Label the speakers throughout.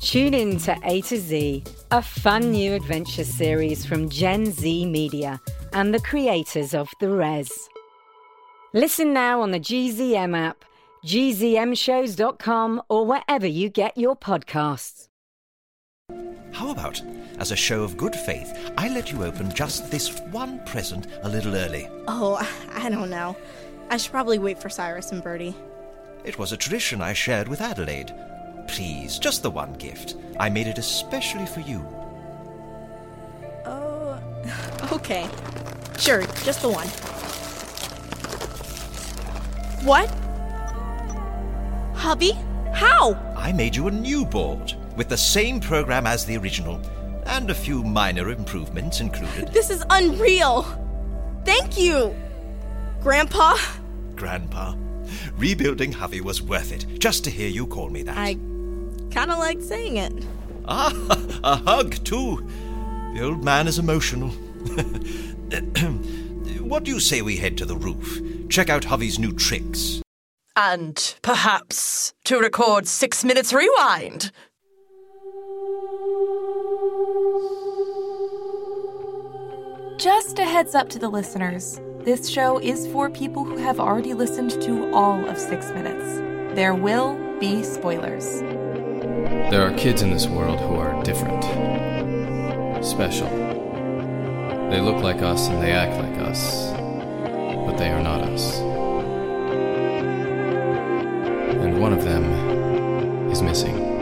Speaker 1: Tune in to A to Z, a fun new adventure series from Gen Z Media and the creators of The Res. Listen now on the GZM app, gzmshows.com, or wherever you get your podcasts.
Speaker 2: How about, as a show of good faith, I let you open just this one present a little early?
Speaker 3: Oh, I don't know. I should probably wait for Cyrus and Bertie.
Speaker 2: It was a tradition I shared with Adelaide. Please, just the one gift. I made it especially for you.
Speaker 3: Oh, okay. Sure, just the one. What? Hubby? How?
Speaker 2: I made you a new board with the same program as the original, and a few minor improvements included.
Speaker 3: This is unreal! Thank you! Grandpa?
Speaker 2: Grandpa, rebuilding Hovey was worth it. Just to hear you call me that.
Speaker 3: I kinda liked saying it.
Speaker 2: Ah, a hug too. The old man is emotional. what do you say we head to the roof? Check out Hovey's new tricks.
Speaker 4: And perhaps to record six minutes rewind.
Speaker 5: Just a heads up to the listeners this show is for people who have already listened to all of Six Minutes. There will be spoilers.
Speaker 6: There are kids in this world who are different, special. They look like us and they act like us, but they are not us. And one of them is missing.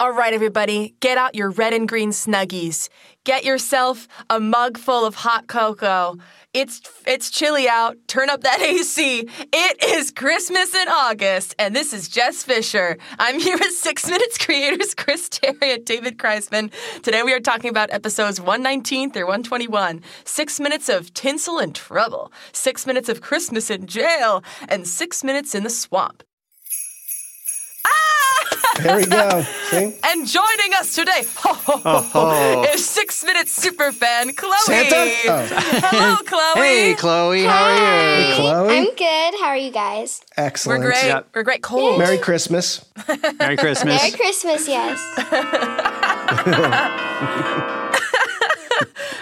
Speaker 5: All right, everybody, get out your red and green snuggies. Get yourself a mug full of hot cocoa. It's it's chilly out. Turn up that AC. It is Christmas in August, and this is Jess Fisher. I'm here with Six Minutes creators Chris Terry and David Kreisman. Today we are talking about episodes 119 through 121. Six minutes of tinsel and trouble. Six minutes of Christmas in jail, and six minutes in the swamp.
Speaker 7: There we go. See?
Speaker 5: And joining us today is six minute superfan Chloe.
Speaker 7: Uh-huh. Santa? Oh,
Speaker 5: Hello, Chloe.
Speaker 8: Hey, Chloe, how are you?
Speaker 7: Chloe?
Speaker 9: I'm good. How are you guys?
Speaker 7: Excellent.
Speaker 5: We're great.
Speaker 8: Yep.
Speaker 5: We're great. Cold.
Speaker 7: Merry Christmas.
Speaker 8: Merry Christmas.
Speaker 9: Merry Christmas, yes.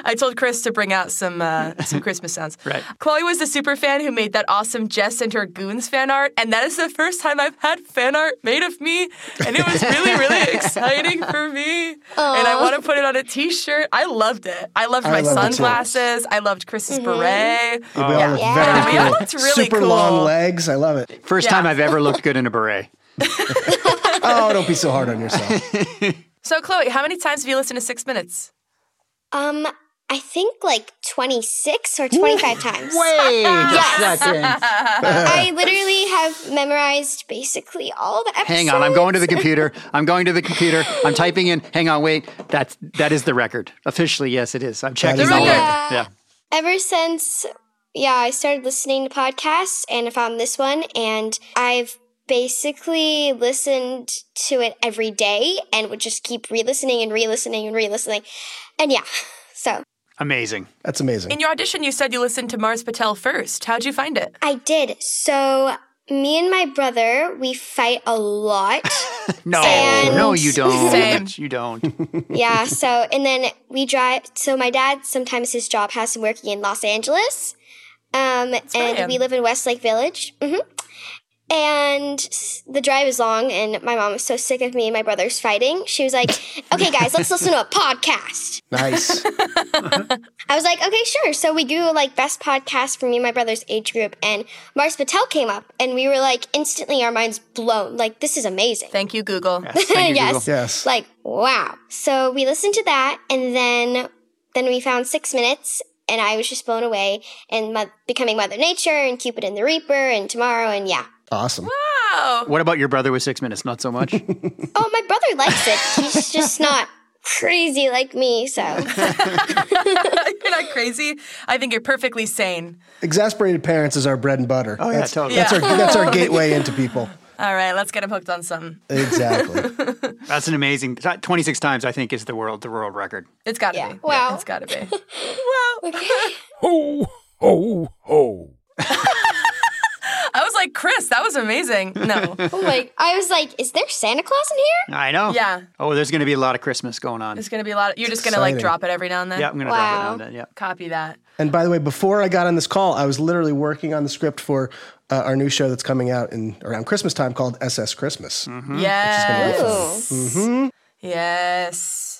Speaker 5: I told Chris to bring out some uh, some Christmas sounds.
Speaker 8: Right.
Speaker 5: Chloe was the super fan who made that awesome Jess and her goons fan art, and that is the first time I've had fan art made of me, and it was really really exciting for me. And I want to put it on a T-shirt. I loved it. I loved
Speaker 7: I
Speaker 5: my
Speaker 7: love it too.
Speaker 5: sunglasses. I loved Chris's beret.
Speaker 7: We all look
Speaker 9: Mm-hmm. Yeah.
Speaker 7: very
Speaker 9: I
Speaker 5: mean,
Speaker 7: cool.
Speaker 5: it looked really
Speaker 7: Super
Speaker 5: cool.
Speaker 7: long legs. I love it.
Speaker 8: First
Speaker 5: Yeah.
Speaker 8: time I've ever looked good in a beret.
Speaker 7: Oh, don't be so hard on yourself.
Speaker 5: So Chloe, how many times have you listened to Six Minutes?
Speaker 9: Um, I think like 26 or 25 times.
Speaker 8: Way that's in.
Speaker 9: I literally have memorized basically all the episodes.
Speaker 8: Hang on, I'm going to the computer. I'm going to the computer. I'm typing in. Hang on, wait. That's that is the record. Officially, yes, it is. I'm checking
Speaker 7: is
Speaker 8: all
Speaker 7: the
Speaker 8: over.
Speaker 9: record.
Speaker 8: Yeah.
Speaker 9: Ever since, yeah, I started listening to podcasts and I found this one, and I've basically listened to it every day and would just keep re listening and re listening and re listening. And yeah, so
Speaker 8: Amazing.
Speaker 7: That's amazing.
Speaker 5: In your audition, you said you listened to Mars Patel first. How'd you find it?
Speaker 9: I did. So, me and my brother, we fight a lot.
Speaker 8: No,
Speaker 9: Same.
Speaker 8: no, you don't.
Speaker 5: Same.
Speaker 8: You don't.
Speaker 9: yeah, so, and then we drive. So, my dad sometimes his job has him working in Los Angeles. Um, and
Speaker 5: rad.
Speaker 9: we live in Westlake Village. hmm And s- the drive is long, and my mom was so sick of me and my brother's fighting. She was like, okay, guys, let's listen to a podcast.
Speaker 7: nice.
Speaker 9: I was like, okay, sure. So we Googled like best podcast for me and my brother's age group, and Mars Patel came up, and we were like, instantly our minds blown. Like, this is amazing.
Speaker 5: Thank you, Google.
Speaker 8: Thank you,
Speaker 9: yes.
Speaker 7: Yes.
Speaker 9: Like, wow. So we listened to that, and then then we found six minutes, and I was just blown away and mo- becoming Mother Nature and Cupid and the Reaper and Tomorrow and yeah.
Speaker 7: Awesome.
Speaker 8: What about your brother with six minutes? Not so much.
Speaker 9: Oh, my brother likes it. He's just not crazy like me, so.
Speaker 5: You're not crazy. I think you're perfectly sane.
Speaker 7: Exasperated parents is our bread and butter. Oh
Speaker 8: yeah, totally.
Speaker 7: That's our that's our gateway into people.
Speaker 5: All right, let's get him hooked on something.
Speaker 7: Exactly.
Speaker 8: That's an amazing. Twenty six times I think is the world the world record.
Speaker 5: It's got to
Speaker 9: Yeah.
Speaker 5: be.
Speaker 9: Wow.
Speaker 5: It's got to be. wow.
Speaker 10: Ho, ho, ho.
Speaker 5: I was like, Chris, that was amazing. No.
Speaker 9: Oh my! I was like, "Is there Santa Claus in here?"
Speaker 8: I know.
Speaker 5: Yeah.
Speaker 8: Oh, there's going to be a lot of Christmas going on.
Speaker 5: It's going to be a lot. Of, you're just going to like
Speaker 7: exciting.
Speaker 5: drop it every now and then.
Speaker 8: Yeah, I'm going to drop it
Speaker 9: Wow.
Speaker 8: on that. Yeah.
Speaker 5: Copy that.
Speaker 7: and by the way, before I got on this call, I was literally working on the script for uh, our new show that's coming out in around Christmas time called SS Christmas
Speaker 8: Mm-hmm.
Speaker 5: Yes. Yes.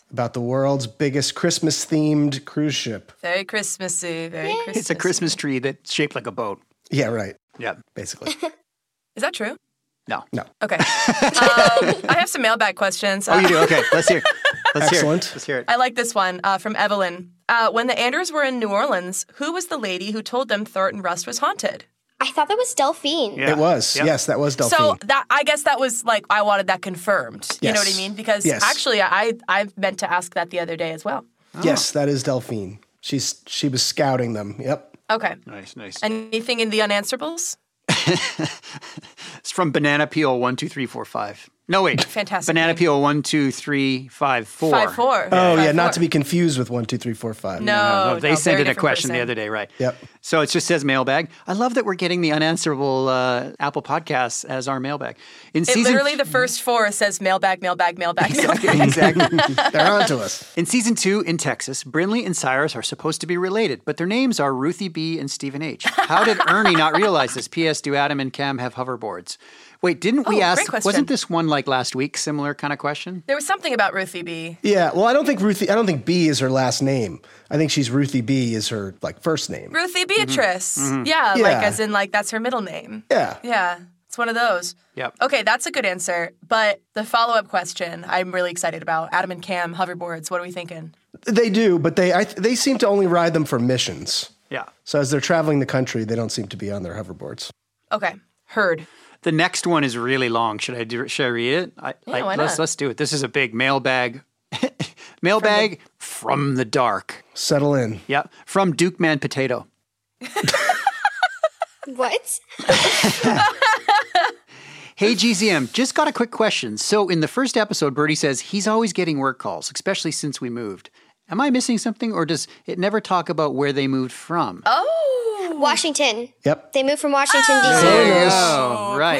Speaker 7: Mm-hmm. about the world's biggest Christmas themed cruise ship.
Speaker 5: Very Christmassy. Very Christmas.
Speaker 8: It's a Christmas tree that's shaped like a boat.
Speaker 7: Yeah, right.
Speaker 8: Yeah.
Speaker 7: Basically.
Speaker 5: Is that true?
Speaker 8: No.
Speaker 7: No.
Speaker 5: Okay. um, I have some mailbag questions.
Speaker 8: Oh, you do. Okay. Let's hear. It. Let's
Speaker 7: Excellent.
Speaker 8: hear. It. Let's hear it.
Speaker 5: I like this one uh, from Evelyn. Uh, when the Anders were in New Orleans, who was the lady who told them Thornton Rust was haunted?
Speaker 9: I thought that was Delphine.
Speaker 8: Yeah.
Speaker 7: It was.
Speaker 8: Yep.
Speaker 7: Yes, that was Delphine.
Speaker 5: So that I guess that was like I wanted that confirmed. You know what I
Speaker 7: Yes.
Speaker 5: mean? Because
Speaker 7: Yes.
Speaker 5: actually, I I meant to ask that the other day as well.
Speaker 7: Oh. Yes, that is Delphine. She's she was scouting them. Yep.
Speaker 5: Okay.
Speaker 8: Nice. Nice.
Speaker 5: Anything in the unanswerables?
Speaker 8: It's from Banana Peel one two three four five. No wait.
Speaker 5: Fantastic
Speaker 8: Banana
Speaker 5: name.
Speaker 8: Peel one two three five four.
Speaker 5: Five four.
Speaker 7: Oh yeah, not to be confused with one, two, three, four, five.
Speaker 5: No,
Speaker 8: No, they sent
Speaker 5: very
Speaker 8: in a
Speaker 5: different
Speaker 8: question the
Speaker 5: person.
Speaker 8: other day, right?
Speaker 7: Yep.
Speaker 8: So it just says mailbag. I love that we're getting the unanswerable uh, Apple podcasts as our mailbag. In
Speaker 5: It
Speaker 8: season
Speaker 5: literally the first four says mailbag, mailbag, mailbag. mailbag.
Speaker 8: exactly.
Speaker 7: They're onto us.
Speaker 8: In season two in Texas, Brinley and Cyrus are supposed to be related, but their names are Ruthie B and Stephen H. How did Ernie not realize this? P.S. Do Adam and Cam have hoverboards? Wait, didn't we
Speaker 5: Oh,
Speaker 8: ask?
Speaker 5: great question.
Speaker 8: Wasn't this one like last week? Similar kind of question.
Speaker 5: There was something about Ruthie B.
Speaker 7: Yeah. Well, I don't think Ruthie. I don't think B is her last name. I think she's Ruthie B is her like first name.
Speaker 5: Ruthie Beatrice. Yeah, like
Speaker 7: Yeah.
Speaker 5: as in like that's her middle name.
Speaker 7: Yeah.
Speaker 5: Yeah. It's one of those.
Speaker 8: Yep.
Speaker 5: Okay, that's a good answer. But the follow up question I'm really excited about Adam and Cam hoverboards. What are we thinking?
Speaker 7: They do, but they I, they seem to only ride them for missions.
Speaker 8: Yeah.
Speaker 7: So as they're traveling the country, they don't seem to be on their hoverboards.
Speaker 5: Okay, heard.
Speaker 8: The next one is really long. Should I do, should I read it? I, I-
Speaker 5: why
Speaker 8: let's
Speaker 5: not?
Speaker 8: let's do it. This is a big mailbag. mailbag from the dark.
Speaker 7: Settle in.
Speaker 8: Yeah, from Duke Man Potato.
Speaker 9: What?
Speaker 8: Hey GZM, just got a quick question. So in the first episode, Bertie says he's always getting work calls, especially since we moved. Am I missing something, or does it never talk about where they moved from? Oh,
Speaker 9: Washington.
Speaker 7: Yep.
Speaker 9: They moved from Washington
Speaker 8: there
Speaker 9: D.C.
Speaker 8: you go. right.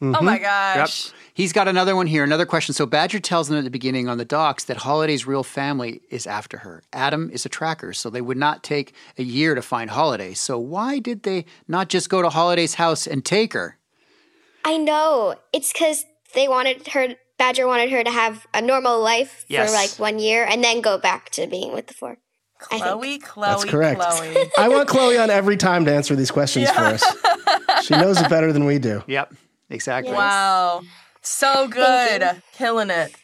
Speaker 5: Queen? Oh my gosh.
Speaker 8: Yep. He's got another one here, another question. So Badger tells them at the beginning on the docks that Holiday's real family is after her. Adam is a tracker, so they would not take a year to find Holiday. So why did they not just go to Holiday's house and take her?
Speaker 9: I know. It's because they wanted her. Badger wanted her to have a normal life
Speaker 8: Yes.
Speaker 9: for like one year and then go back to being with the four.
Speaker 5: Chloe, Chloe,
Speaker 7: That's correct.
Speaker 5: Chloe.
Speaker 7: I want Chloe on every time to answer these questions for us. She knows it better than we do.
Speaker 8: Yep, exactly.
Speaker 5: wow. So good. Killing it.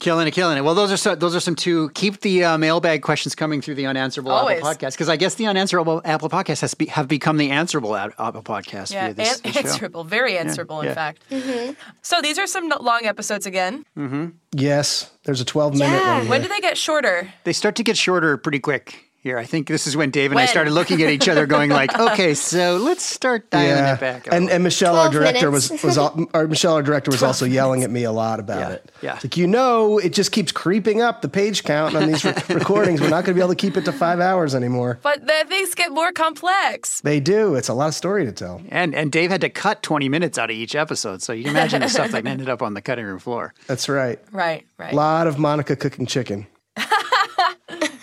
Speaker 8: Killing it, killing it. Well, those are so, those are some two. Keep the uh, mailbag questions coming through the unanswerable
Speaker 5: Always.
Speaker 8: Apple podcast because I guess the unanswerable Apple podcast has be, have become the answerable Ad- Apple podcast
Speaker 5: Yeah,
Speaker 8: via this,
Speaker 5: an-
Speaker 8: this show.
Speaker 5: answerable. Very answerable, in
Speaker 8: yeah.
Speaker 5: fact. So these are some long episodes again.
Speaker 8: Mm-hmm.
Speaker 7: Yes, there's a 12 minute
Speaker 9: Yeah.
Speaker 7: one.
Speaker 5: When do they get shorter?
Speaker 8: They start to get shorter pretty quick. Here, I think this is when Dave and I
Speaker 5: When?
Speaker 8: started looking at each other, going like, "Okay, so let's start dialing
Speaker 7: Yeah.
Speaker 8: it back." a
Speaker 7: And,
Speaker 8: little."
Speaker 7: and Michelle, our
Speaker 9: 12
Speaker 7: director,
Speaker 9: minutes.
Speaker 7: was was al- our Michelle, our director, was also yelling at me a lot about
Speaker 8: Yeah,
Speaker 7: it.
Speaker 8: yeah.
Speaker 7: It's like you know, it just keeps creeping up the page count on these re- recordings. We're not going to be able to keep it to five hours anymore.
Speaker 5: But the things get more complex.
Speaker 7: They do. It's a lot of story to tell.
Speaker 8: and and Dave had to cut twenty minutes out of each episode, so you can imagine the stuff that ended up on the cutting room floor.
Speaker 7: That's right.
Speaker 5: Right, right.
Speaker 7: A lot of Monica cooking chicken.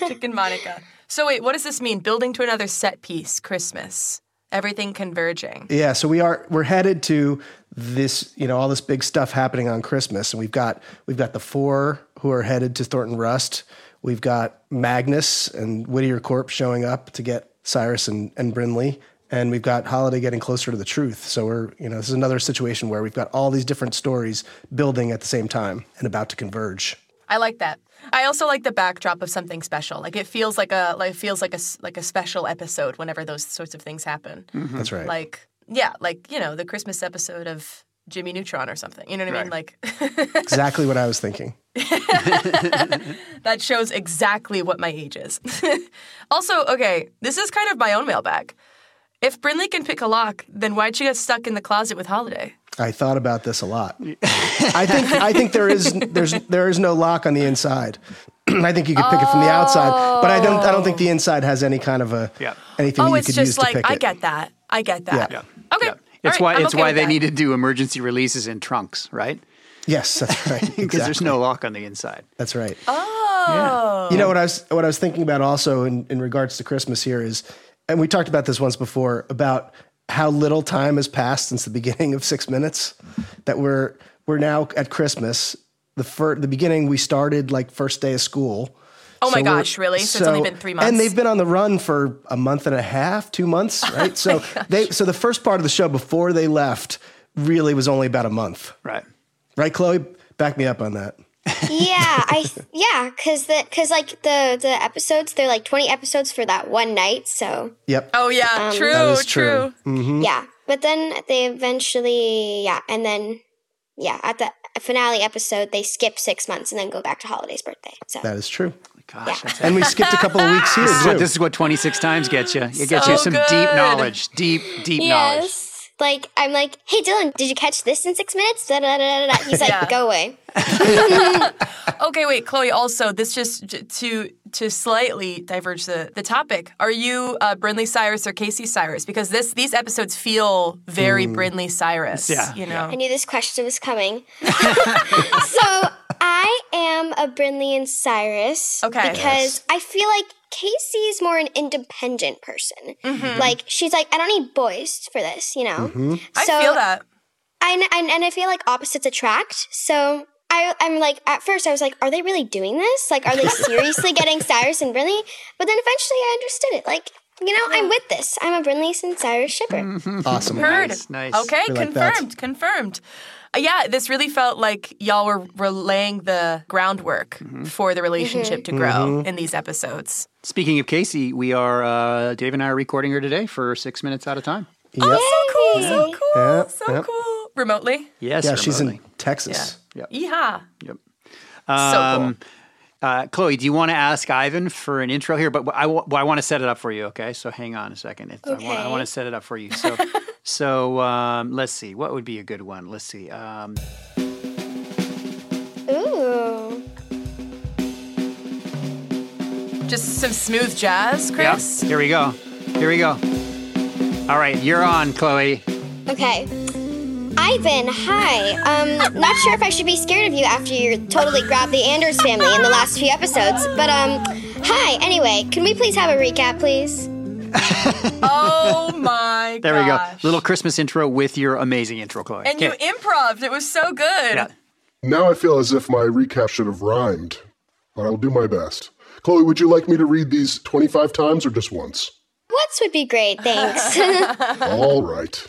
Speaker 5: Chicken Monica. So wait, what does this mean? Building to another set piece, Christmas. Everything converging.
Speaker 7: Yeah, so we are we're headed to this, you know, all this big stuff happening on Christmas, and we've got we've got the four who are headed to Thornton Rust. We've got Magnus and Whittier Corp showing up to get Cyrus and, and Brinley, and we've got Holiday getting closer to the truth. So we're, you know, this is another situation where we've got all these different stories building at the same time and about to converge.
Speaker 5: I like that. I also like the backdrop of something special. Like it feels like a like it feels like a s- like a special episode whenever those sorts of things happen.
Speaker 7: Mhm. That's right.
Speaker 5: Like yeah, like you know the Christmas episode of Jimmy Neutron or something. You know what I mean? Like
Speaker 7: Exactly what I was thinking.
Speaker 5: that shows exactly what my age is. also, okay, this is kind of my own mailbag. If Brinley can pick a lock, then why'd she get stuck in the closet with Holiday?
Speaker 7: I thought about this a lot. I think I think there is there's there is no lock on the inside. I think you could pick it from the outside, but I don't I don't think the inside has any kind of a anything
Speaker 5: oh,
Speaker 7: you
Speaker 5: it's
Speaker 7: could use
Speaker 5: just like
Speaker 7: to pick
Speaker 5: I
Speaker 7: it.
Speaker 5: get that. I get that.
Speaker 7: Yeah.
Speaker 5: Okay.
Speaker 8: It's
Speaker 5: All
Speaker 8: why
Speaker 5: right, I'm
Speaker 8: it's
Speaker 5: okay
Speaker 8: why
Speaker 5: with
Speaker 8: they
Speaker 5: that.
Speaker 8: need to do emergency releases in trunks, right?
Speaker 7: Yes, that's right. Because
Speaker 8: there's no lock on the inside.
Speaker 7: That's right.
Speaker 5: Oh.
Speaker 7: You know what I was what I was thinking about also in, in regards to Christmas here is, and we talked about this once before about how little time has passed since the beginning of Six Minutes, that we're we're now at Christmas. The fir- the beginning we started like first day of school.
Speaker 5: Oh my
Speaker 7: we're-
Speaker 5: gosh, really? So it's only been three months.
Speaker 7: and they've been on the run for a month and a half, two months, right?
Speaker 5: Oh
Speaker 7: So they so the first part of the show before they left really was only about a month,
Speaker 8: right?
Speaker 7: Right, Chloe, back me up on that.
Speaker 9: yeah, I th- yeah, cause the cause like the the episodes they're like twenty episodes for that one night, so
Speaker 7: Yep.
Speaker 5: Oh yeah,
Speaker 9: Um,
Speaker 5: true,
Speaker 7: That is
Speaker 5: true.
Speaker 7: true. Mhm.
Speaker 9: yeah. But then they eventually yeah, and then yeah, at the finale episode they skip six months and then go back to Holiday's birthday. So
Speaker 7: That is true.
Speaker 8: Gosh, that's
Speaker 7: And we skipped a couple of weeks here
Speaker 8: This is,
Speaker 7: too.
Speaker 8: what, this is what 26 times gets you. It gets you
Speaker 5: So
Speaker 8: some deep
Speaker 5: good.
Speaker 8: knowledge, deep, deep knowledge.
Speaker 9: yes. Like I'm like, hey Dylan, did you catch this in six minutes? Da, da, da, da, da. He's like,
Speaker 5: Yeah.
Speaker 9: go away.
Speaker 5: Okay, wait, Chloe. Also, this just j- to to slightly diverge the, the topic. Are you uh, Brinley Cyrus or Casey Cyrus? Because this these episodes feel very
Speaker 7: Mm.
Speaker 5: Brinley Cyrus.
Speaker 8: Yeah,
Speaker 5: you know.
Speaker 9: I knew this question was coming. so I am a Brinley and Cyrus.
Speaker 5: Okay.
Speaker 9: Because I feel like Casey is more an independent person.
Speaker 5: Mm-hmm.
Speaker 9: Like she's like, I don't need boys for this, you know.
Speaker 7: Mm-hmm.
Speaker 5: I
Speaker 9: So
Speaker 5: feel that.
Speaker 9: I kn- and, and I feel like opposites attract. So I, I'm like, at first I was like, are they really doing this? Like, are they seriously getting Cyrus and Brinley? But then eventually I understood it. Like, you know, I'm with this. I'm a Brinley and Cyrus shipper.
Speaker 7: awesome.
Speaker 5: Heard.
Speaker 8: Nice, nice.
Speaker 5: Okay,
Speaker 7: Mm-hmm. We like that.
Speaker 5: confirmed, confirmed. Uh, yeah, this really felt like y'all were, were laying the groundwork
Speaker 7: Mm-hmm.
Speaker 5: for the relationship to grow in these episodes.
Speaker 8: Speaking of Casey, we are uh, Dave and I are recording her today for six minutes out of time.
Speaker 7: Yep.
Speaker 5: Oh, so cool, so cool,
Speaker 7: Yeah,
Speaker 5: so
Speaker 7: yeah.
Speaker 5: cool. Remotely?
Speaker 8: Yes,
Speaker 7: Yeah, she's in
Speaker 8: remotely.
Speaker 7: Texas.
Speaker 5: Yeehaw.
Speaker 8: Um,
Speaker 5: So
Speaker 8: uh, Chloe, do you want to ask Ivan for an intro here? But I want to set it up for you. Okay, so hang on a second. It's, I, want, I
Speaker 9: Okay.
Speaker 8: want to set it up for you. So, so um, let's see. What would be a good one? Let's see. Um,
Speaker 9: Ooh.
Speaker 5: cool. Just some smooth jazz,
Speaker 8: yeah,
Speaker 5: Chris.
Speaker 8: here we go. Here we go. All right, you're on, Chloe.
Speaker 9: Okay. Ivan, hi. Um, not sure if I should be scared of you after you totally grabbed the Anders family in the last few episodes, but um, hi. Anyway, can we please have a recap, please?
Speaker 5: Oh my
Speaker 8: There we
Speaker 5: gosh.
Speaker 8: go. Little Christmas intro with your amazing intro, Chloe.
Speaker 5: And you
Speaker 8: Okay.
Speaker 5: improved. It was so good.
Speaker 8: Yeah.
Speaker 11: Now I feel as if my recap should have rhymed, but I'll do my best. Chloe, would you like me to read these 25 times or just once?
Speaker 9: What's would be great, thanks.
Speaker 8: Oh.
Speaker 11: All right.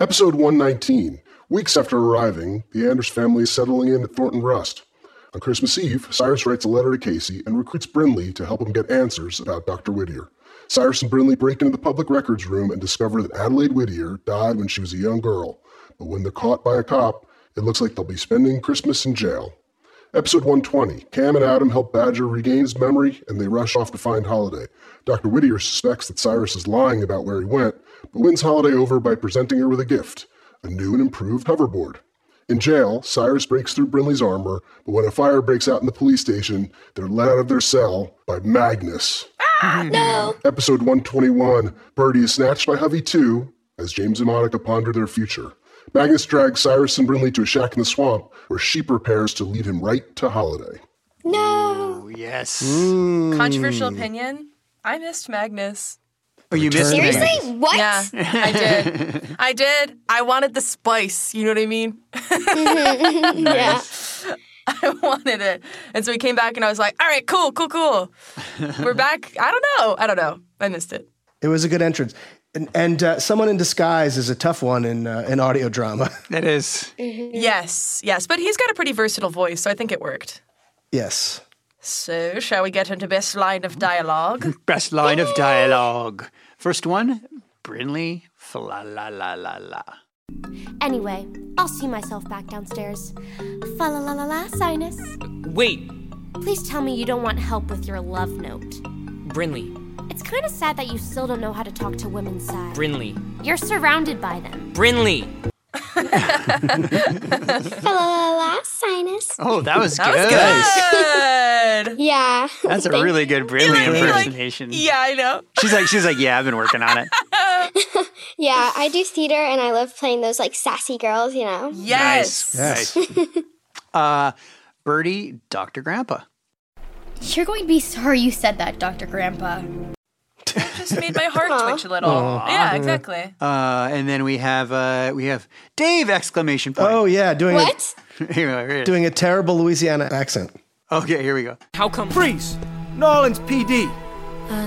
Speaker 11: Episode 119. Weeks after arriving, the Anders family is settling in at Thornton Rust. On Christmas Eve, Cyrus writes a letter to Casey and recruits Brinley to help him get answers about Dr. Whittier. Cyrus and Brinley break into the public records room and discover that Adelaide Whittier died when she was a young girl. But when they're caught by a cop, it looks like they'll be spending Christmas in jail. Episode 120 Cam and Adam help Badger regain his memory, and they rush off to find Holiday. Dr. Whittier suspects that Cyrus is lying about where he went, but wins Holiday over by presenting her with a gift a new and improved hoverboard. In jail, Cyrus breaks through Brinley's armor, but when a fire breaks out in the police station, they're let out of their cell by Magnus.
Speaker 5: Ah,
Speaker 11: Episode 121 Birdie is snatched by Hovey 2 as James and Monica ponder their future. Magnus drags Cyrus and Brinley to a shack in the swamp where she prepares to lead him right to Holiday.
Speaker 9: no.
Speaker 8: Oh, yes.
Speaker 5: Hmm. Controversial opinion. I missed Magnus.
Speaker 8: Oh, you missed
Speaker 7: Return.
Speaker 8: me.
Speaker 9: Seriously? What?
Speaker 5: Yeah, I did. I did. I wanted the spice. You know what I mean?
Speaker 9: Mm-hmm. Yeah.
Speaker 5: I wanted it. And so he came back and I was like, all right, cool, cool, cool. We're back. I don't know. I don't know. I missed it.
Speaker 7: It was a good entrance. And, and uh, someone in disguise is a tough one in uh, an audio drama.
Speaker 8: That is.
Speaker 9: Mm-hmm.
Speaker 5: Yes, yes. But he's got a pretty versatile voice, so I think it worked.
Speaker 7: Yes.
Speaker 5: So, shall we get into best line of dialogue?
Speaker 8: Best line of dialogue. First one, Brinley. Fa la la la la la.
Speaker 12: Anyway, I'll see myself back downstairs. Fa la la la la, Sinus.
Speaker 13: Wait,
Speaker 12: Please tell me you don't want help with your love note.
Speaker 13: Brinley.
Speaker 12: It's kind of sad that you still don't know how to talk to women's side.
Speaker 13: Brinley.
Speaker 12: You're surrounded by them.
Speaker 13: Brinley.
Speaker 9: Hello, sinus.
Speaker 8: Oh, that was
Speaker 9: That
Speaker 8: good.
Speaker 9: was
Speaker 5: good.
Speaker 9: yeah.
Speaker 8: That's a
Speaker 9: Thank
Speaker 8: really
Speaker 9: you.
Speaker 8: good Brinley impersonation.
Speaker 5: yeah, I know.
Speaker 8: She's like, she's like, yeah, I've been working on it.
Speaker 9: Yeah, I do theater and I love playing those like sassy girls, you know?
Speaker 5: Yes.
Speaker 8: Nice. nice. uh, Birdie, Dr. Grandpa.
Speaker 14: You're going to be sorry you said that, Dr. Grandpa.
Speaker 5: Just made my heart twitch a little.
Speaker 8: Aw.
Speaker 5: Yeah, exactly.
Speaker 8: Oh, Uh, and then we have uh, we have Dave exclamation point.
Speaker 7: Oh yeah, doing
Speaker 5: What?
Speaker 8: A, here, here.
Speaker 7: Doing a terrible Louisiana accent.
Speaker 8: Okay, here we go.
Speaker 13: How come?
Speaker 15: Freeze! Nolans PD!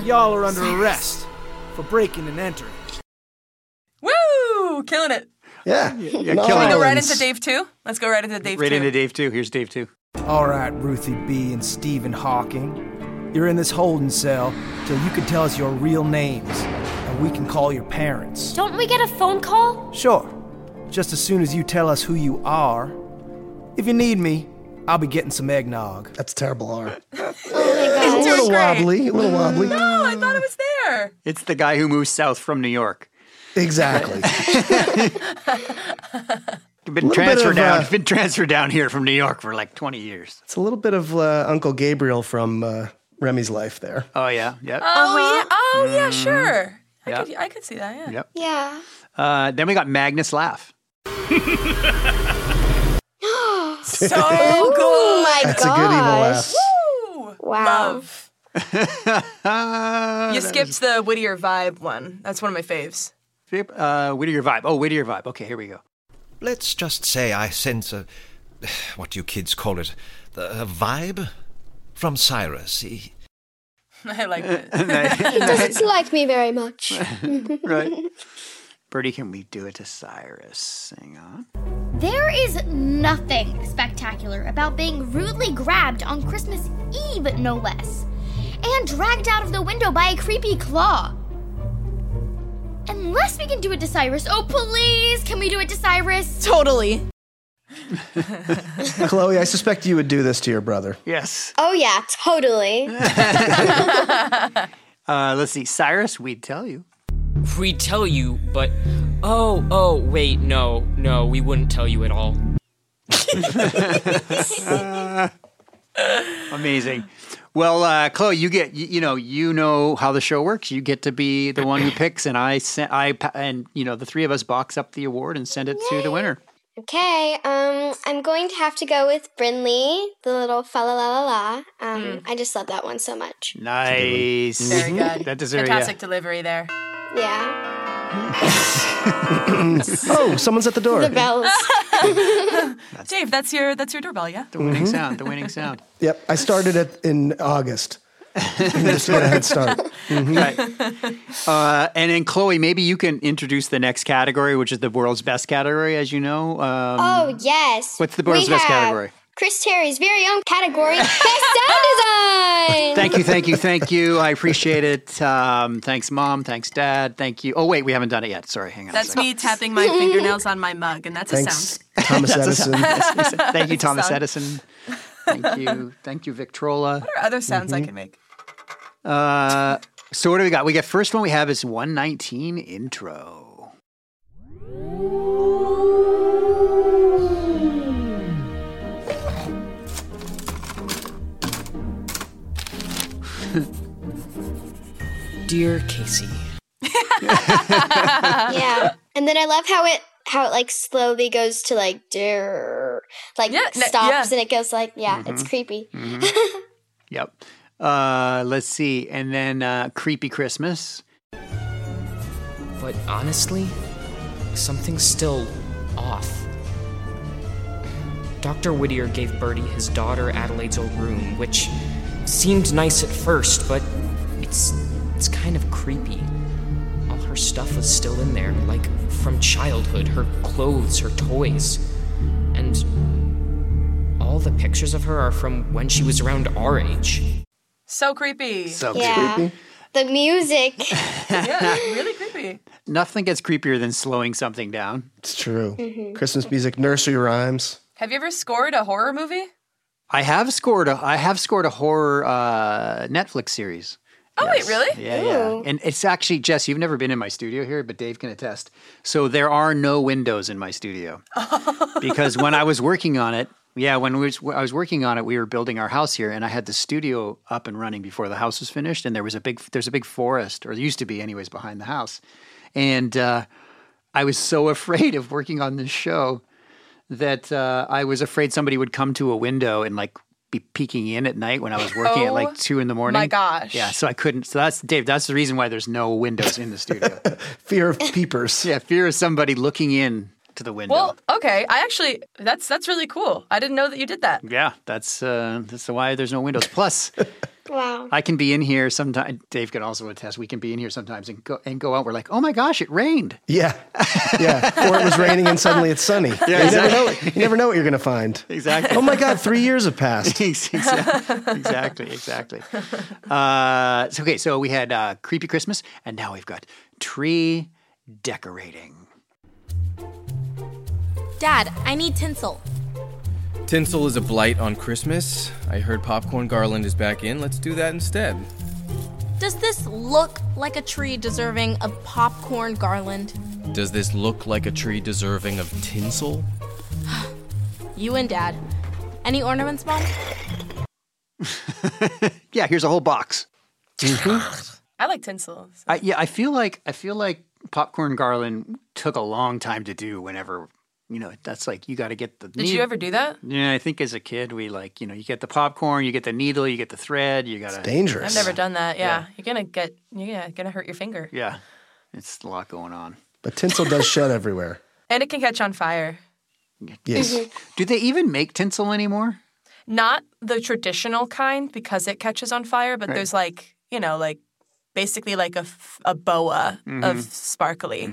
Speaker 15: Y'all are under arrest for breaking and entering.
Speaker 5: Woo! Killing it.
Speaker 7: Yeah.
Speaker 8: yeah
Speaker 5: Can we
Speaker 8: killing
Speaker 5: go
Speaker 8: it.
Speaker 5: right into Dave 2? Let's go right into Dave
Speaker 8: Right
Speaker 5: 2.
Speaker 8: into Dave too. Here's Dave too.
Speaker 15: All right, Ruthie B. and Stephen Hawking. You're in this holding cell till you can tell us your real names, and we can call your parents.
Speaker 12: Don't we get a phone call?
Speaker 15: Sure, just as soon as you tell us who you are. If you need me, I'll be getting some eggnog.
Speaker 7: That's terrible R.
Speaker 5: Oh, It's
Speaker 7: a little wobbly, a little wobbly.
Speaker 5: No, I thought it was there.
Speaker 8: It's the guy who moved south from New York.
Speaker 7: Exactly.
Speaker 8: Been
Speaker 7: Little bit
Speaker 8: transferred
Speaker 7: of,
Speaker 8: down.
Speaker 7: uh,
Speaker 8: been transferred down here from New York for like 20 years.
Speaker 7: It's a little bit of uh, Uncle Gabriel from uh, Remy's life there.
Speaker 8: Oh yeah. Yep.
Speaker 9: Uh,
Speaker 5: Oh, yeah. Oh, yeah,
Speaker 8: Mhm.
Speaker 5: sure. I,
Speaker 8: Yep.
Speaker 5: could, I could see that, yeah.
Speaker 8: Yep.
Speaker 9: Yeah.
Speaker 8: Uh, then we got Magnus laugh.
Speaker 5: So
Speaker 9: Ooh,
Speaker 5: good.
Speaker 9: Oh, my
Speaker 8: That's a good evil
Speaker 9: gosh.
Speaker 8: laugh.
Speaker 5: Woo!
Speaker 9: Wow.
Speaker 5: Love.
Speaker 8: you
Speaker 9: Ah,
Speaker 5: You skipped the Whittier vibe one. That's one of my faves.
Speaker 8: Uh, Whittier vibe. Oh, Whittier vibe. Okay, here we go.
Speaker 2: Let's just say I sense a. What do you kids call it? The, a vibe? From Cyrus. He,
Speaker 5: I like it.
Speaker 9: He doesn't like me very much.
Speaker 8: right. Birdie, can we do it to Cyrus? Hang on.
Speaker 14: There is nothing spectacular about being rudely grabbed on Christmas Eve, no less, and dragged out of the window by a creepy claw. Unless we can do it to Cyrus. Oh, please, can we do it to Cyrus?
Speaker 3: Totally.
Speaker 7: Chloe, I suspect you would do this to your brother.
Speaker 8: Yes.
Speaker 9: Oh, yeah, totally.
Speaker 8: Uh, let's see. Cyrus, we'd tell you.
Speaker 13: We tell you, but oh, oh, wait, no, no, we wouldn't tell you at all.
Speaker 8: Amazing. Well, uh, Chloe, you get you, you know you know how the show works. You get to be the one who picks, and I sent I pa- and you know the three of us box up the award and send it to the winner.
Speaker 9: Okay, um, I'm going to have to go with Brinley, the little fa la la la la. Um,
Speaker 8: Mm.
Speaker 9: I just love that one so much.
Speaker 8: Nice.
Speaker 5: Very good.
Speaker 8: that deserves.
Speaker 5: Fantastic
Speaker 8: Yeah.
Speaker 5: delivery there.
Speaker 9: Yeah.
Speaker 7: oh, someone's at the door.
Speaker 9: The bells.
Speaker 5: Dave, that's your that's your doorbell, yeah?
Speaker 8: The winning sound. The winning sound.
Speaker 7: Yep, I started it in August. Just got a head start.
Speaker 8: Right. Uh, and then Chloe, maybe you can introduce the next category, which is the world's best category, as you know. Um,
Speaker 9: oh, yes.
Speaker 8: what's the world's
Speaker 9: We
Speaker 8: best
Speaker 9: have
Speaker 8: category?
Speaker 9: Chris Terry's very own category, Best Sound Design!
Speaker 8: Thank you, thank you, thank you. I appreciate it. Um, thanks, mom. Thanks, dad. Thank you. Oh wait, we haven't done it yet. Sorry, hang on. a
Speaker 5: That's
Speaker 8: second.
Speaker 5: me tapping my fingernails on my mug, and that's a sound.
Speaker 7: Thanks, Thomas Edison.
Speaker 8: Thank you,
Speaker 5: That's a
Speaker 8: Thomas
Speaker 5: sound.
Speaker 8: Edison. Thank you, thank you, Victrola. Mm-hmm.
Speaker 5: What are other sounds I can make?
Speaker 8: Uh, so what do we got? We got first one we have is 119 intro.
Speaker 13: Dear Casey.
Speaker 9: yeah. And then I love how it how it like slowly goes to like dir like
Speaker 5: Yeah, no,
Speaker 9: stops and it goes like yeah, it's
Speaker 8: Mm-hmm.
Speaker 9: creepy.
Speaker 8: Yep. Uh, let's see, and then uh, creepy Christmas.
Speaker 13: But honestly, something's still off. Dr. Whittier gave Bertie his daughter Adelaide's old room, which seemed nice at first, but it's it's kind of creepy. All her stuff was still in there, like from childhood, her clothes, her toys, and all the pictures of her are from when she was around our age.
Speaker 5: So creepy.
Speaker 8: So
Speaker 9: Yeah.
Speaker 8: creepy.
Speaker 9: The music.
Speaker 5: yeah, really creepy.
Speaker 8: Nothing gets creepier than slowing something down.
Speaker 7: It's true.
Speaker 9: Mm-hmm.
Speaker 5: Mhm.
Speaker 7: Christmas music, nursery rhymes.
Speaker 5: Have you ever scored a horror movie?
Speaker 8: I have scored a I have scored a horror uh, Netflix series.
Speaker 5: Oh, wait, really?
Speaker 8: Yeah, yeah. And it's actually Jess, you've never been in my studio here, but Dave can attest. So there are no windows in my studio. because when I was working on it, yeah, when we was, when I was working on it, we were building our house here, and I had the studio up and running before the house was finished. And there was a big, there's a big forest, or there used to be, anyways, behind the house. And uh, I was so afraid of working on this show that uh, I was afraid somebody would come to a window and like be peeking in at night when I was working at
Speaker 5: Oh
Speaker 8: like two in the morning.
Speaker 5: my gosh.
Speaker 8: Yeah, so I couldn't. So that's Dave. That's the reason why there's no windows in the studio.
Speaker 7: fear of peepers.
Speaker 8: Yeah, fear of somebody looking in to the window.
Speaker 5: Well, okay. I actually that's that's really cool. I didn't know that you did that.
Speaker 8: Yeah, that's uh, that's why there's no windows. Plus,
Speaker 9: Wow.
Speaker 8: I can be in here sometimes. Dave can also attest. We can be in here sometimes and go and go out. We're like, oh my gosh, it rained.
Speaker 7: Yeah. Yeah. or it was raining and suddenly it's sunny.
Speaker 8: Yeah,
Speaker 7: you,
Speaker 8: exactly.
Speaker 7: never know, what- you never know what you're going to find.
Speaker 8: Exactly.
Speaker 7: Oh my God, three years have passed.
Speaker 8: exactly, uh, exactly, exactly. Uh, so, okay, so we had uh, creepy Christmas, and now we've got tree decorating.
Speaker 12: Dad, I need tinsel.
Speaker 6: Tinsel is a blight on Christmas. I heard popcorn garland is back in. Let's do that instead.
Speaker 16: Does this look like a tree deserving of popcorn garland?
Speaker 6: Does this look like a tree deserving of tinsel?
Speaker 16: You and Dad. Any ornaments, Mom?
Speaker 8: Yeah, here's a whole box. Mm-hmm.
Speaker 5: I like tinsel.
Speaker 8: I, yeah, I feel like I feel like popcorn garland took a long time to do. Whenever you know, that's like you got to get the.
Speaker 5: Did you ever do that?
Speaker 8: Yeah, I think as a kid we like you know you get the popcorn, you get the needle, you get the thread, you got to
Speaker 5: I've never done that. Yeah. You're gonna get you're gonna, gonna hurt your finger.
Speaker 8: Yeah, it's a lot going on.
Speaker 7: But tinsel does shed everywhere.
Speaker 5: And it can catch on fire.
Speaker 7: Yes.
Speaker 5: Mhm.
Speaker 8: Do they even make tinsel anymore?
Speaker 5: Not the traditional kind because it catches on fire, but
Speaker 8: Right.
Speaker 5: there's like, you know, like basically like a, f- a boa of
Speaker 8: Mhm.
Speaker 5: sparkly.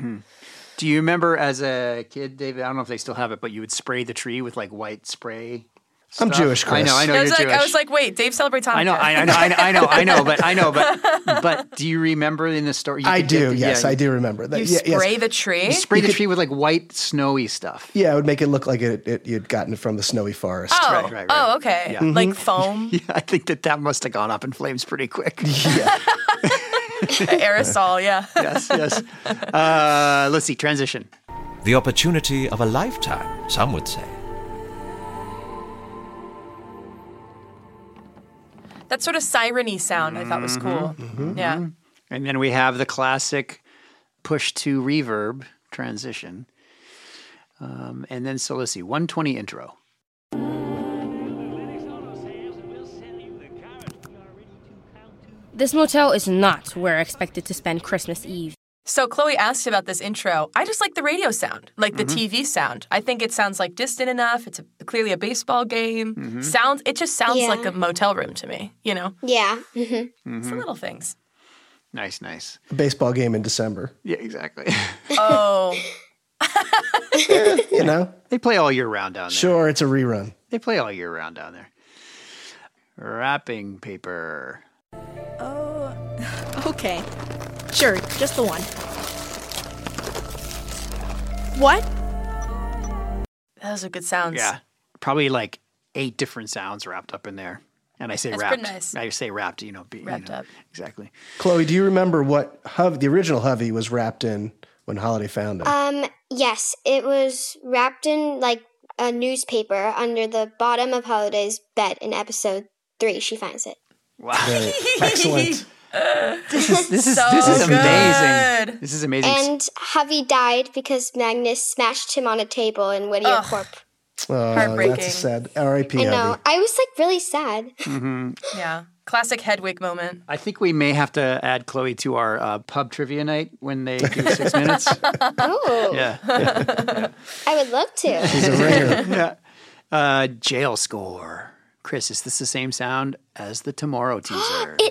Speaker 8: Do you remember as a kid, David? I don't know if they still have it, but you would spray the tree with like white spray.
Speaker 7: I'm
Speaker 8: stuff?
Speaker 7: Jewish,
Speaker 8: I know, I
Speaker 7: Chris.
Speaker 8: know
Speaker 5: I
Speaker 8: you're
Speaker 5: was like,
Speaker 8: Jewish.
Speaker 5: I was like, wait, Dave celebrates Hanukkah.
Speaker 8: I know, I know, I know, I know, I know, but I know, but but do you remember in the story? You
Speaker 7: I
Speaker 8: could get
Speaker 7: do.
Speaker 8: the-
Speaker 7: yes,
Speaker 8: yeah,
Speaker 7: I do remember that.
Speaker 5: You
Speaker 7: Yeah, yes.
Speaker 5: spray the tree.
Speaker 8: You spray the tree with like white snowy stuff.
Speaker 7: Yeah, it would make it look like it, it you'd gotten it from the snowy forest.
Speaker 5: Oh, oh, okay.
Speaker 7: Mm-hmm.
Speaker 8: Yeah.
Speaker 5: Like
Speaker 8: Mhm.
Speaker 5: foam,
Speaker 8: Yeah, I think that that must have gone up in flames pretty quick.
Speaker 5: aerosol. Yeah.
Speaker 8: yes, yes. Uh, let's see. Transition.
Speaker 2: The opportunity of a lifetime, some would say.
Speaker 5: That sort of sireny sound I thought was
Speaker 8: Mm-hmm.
Speaker 5: cool. Yeah.
Speaker 8: And then we have the classic push to reverb transition. Um, and then, so let's see, 120 intro.
Speaker 12: This motel is not where I expected to spend Christmas Eve.
Speaker 5: So Chloe asked about this intro. I just like the radio sound, like
Speaker 8: Mm-hmm.
Speaker 5: the TV sound. I think it sounds like distant enough. It's a, clearly a baseball game.
Speaker 8: Mm-hmm.
Speaker 5: Sounds. It just sounds
Speaker 9: Yeah.
Speaker 5: like a motel room to me. You know,
Speaker 9: Yeah. hmm
Speaker 5: it's
Speaker 8: Mm-hmm.
Speaker 5: the little things.
Speaker 8: Nice, nice.
Speaker 7: A baseball game in December.
Speaker 8: Yeah, exactly.
Speaker 5: Oh,
Speaker 7: You know?
Speaker 8: they play all year Oh, round down there.
Speaker 7: Sure, it's a rerun.
Speaker 8: They play all year round down there. Wrapping paper.
Speaker 16: Okay. Sure, just the one.
Speaker 3: What?
Speaker 5: those are good sounds.
Speaker 8: Yeah. Probably like eight different sounds wrapped up in there. And I say
Speaker 5: That's
Speaker 8: wrapped.
Speaker 5: pretty nice.
Speaker 8: I say wrapped, you know, be,
Speaker 5: Wrapped
Speaker 8: you know,
Speaker 5: up.
Speaker 8: Exactly.
Speaker 7: Chloe, do you remember what hov- the original Hovey was wrapped in when Holiday found
Speaker 8: Uh,
Speaker 7: him?
Speaker 9: Um, yes, it was wrapped in like a newspaper under the bottom of Holiday's bed in episode three. She finds it.
Speaker 8: Wow.
Speaker 7: Very excellent.
Speaker 8: This is this is
Speaker 5: So
Speaker 8: this is
Speaker 5: good.
Speaker 8: amazing. This is amazing.
Speaker 9: And Hovey died because Magnus smashed him on a table in Whittier Corp.
Speaker 7: Oh,
Speaker 5: Heartbreaking.
Speaker 7: That's a sad. R.I.P.
Speaker 9: I know.
Speaker 7: Hovey.
Speaker 9: I was like really sad.
Speaker 8: Mhm.
Speaker 5: Yeah. Classic Hedwig moment.
Speaker 8: I think we may have to add Chloe to our uh, pub trivia night when they do six minutes.
Speaker 9: Oh,
Speaker 8: Yeah.
Speaker 9: I would love to.
Speaker 7: He's a ringer.
Speaker 8: yeah. Uh, jail score. Chris, is this the same sound as the Tomorrow teaser?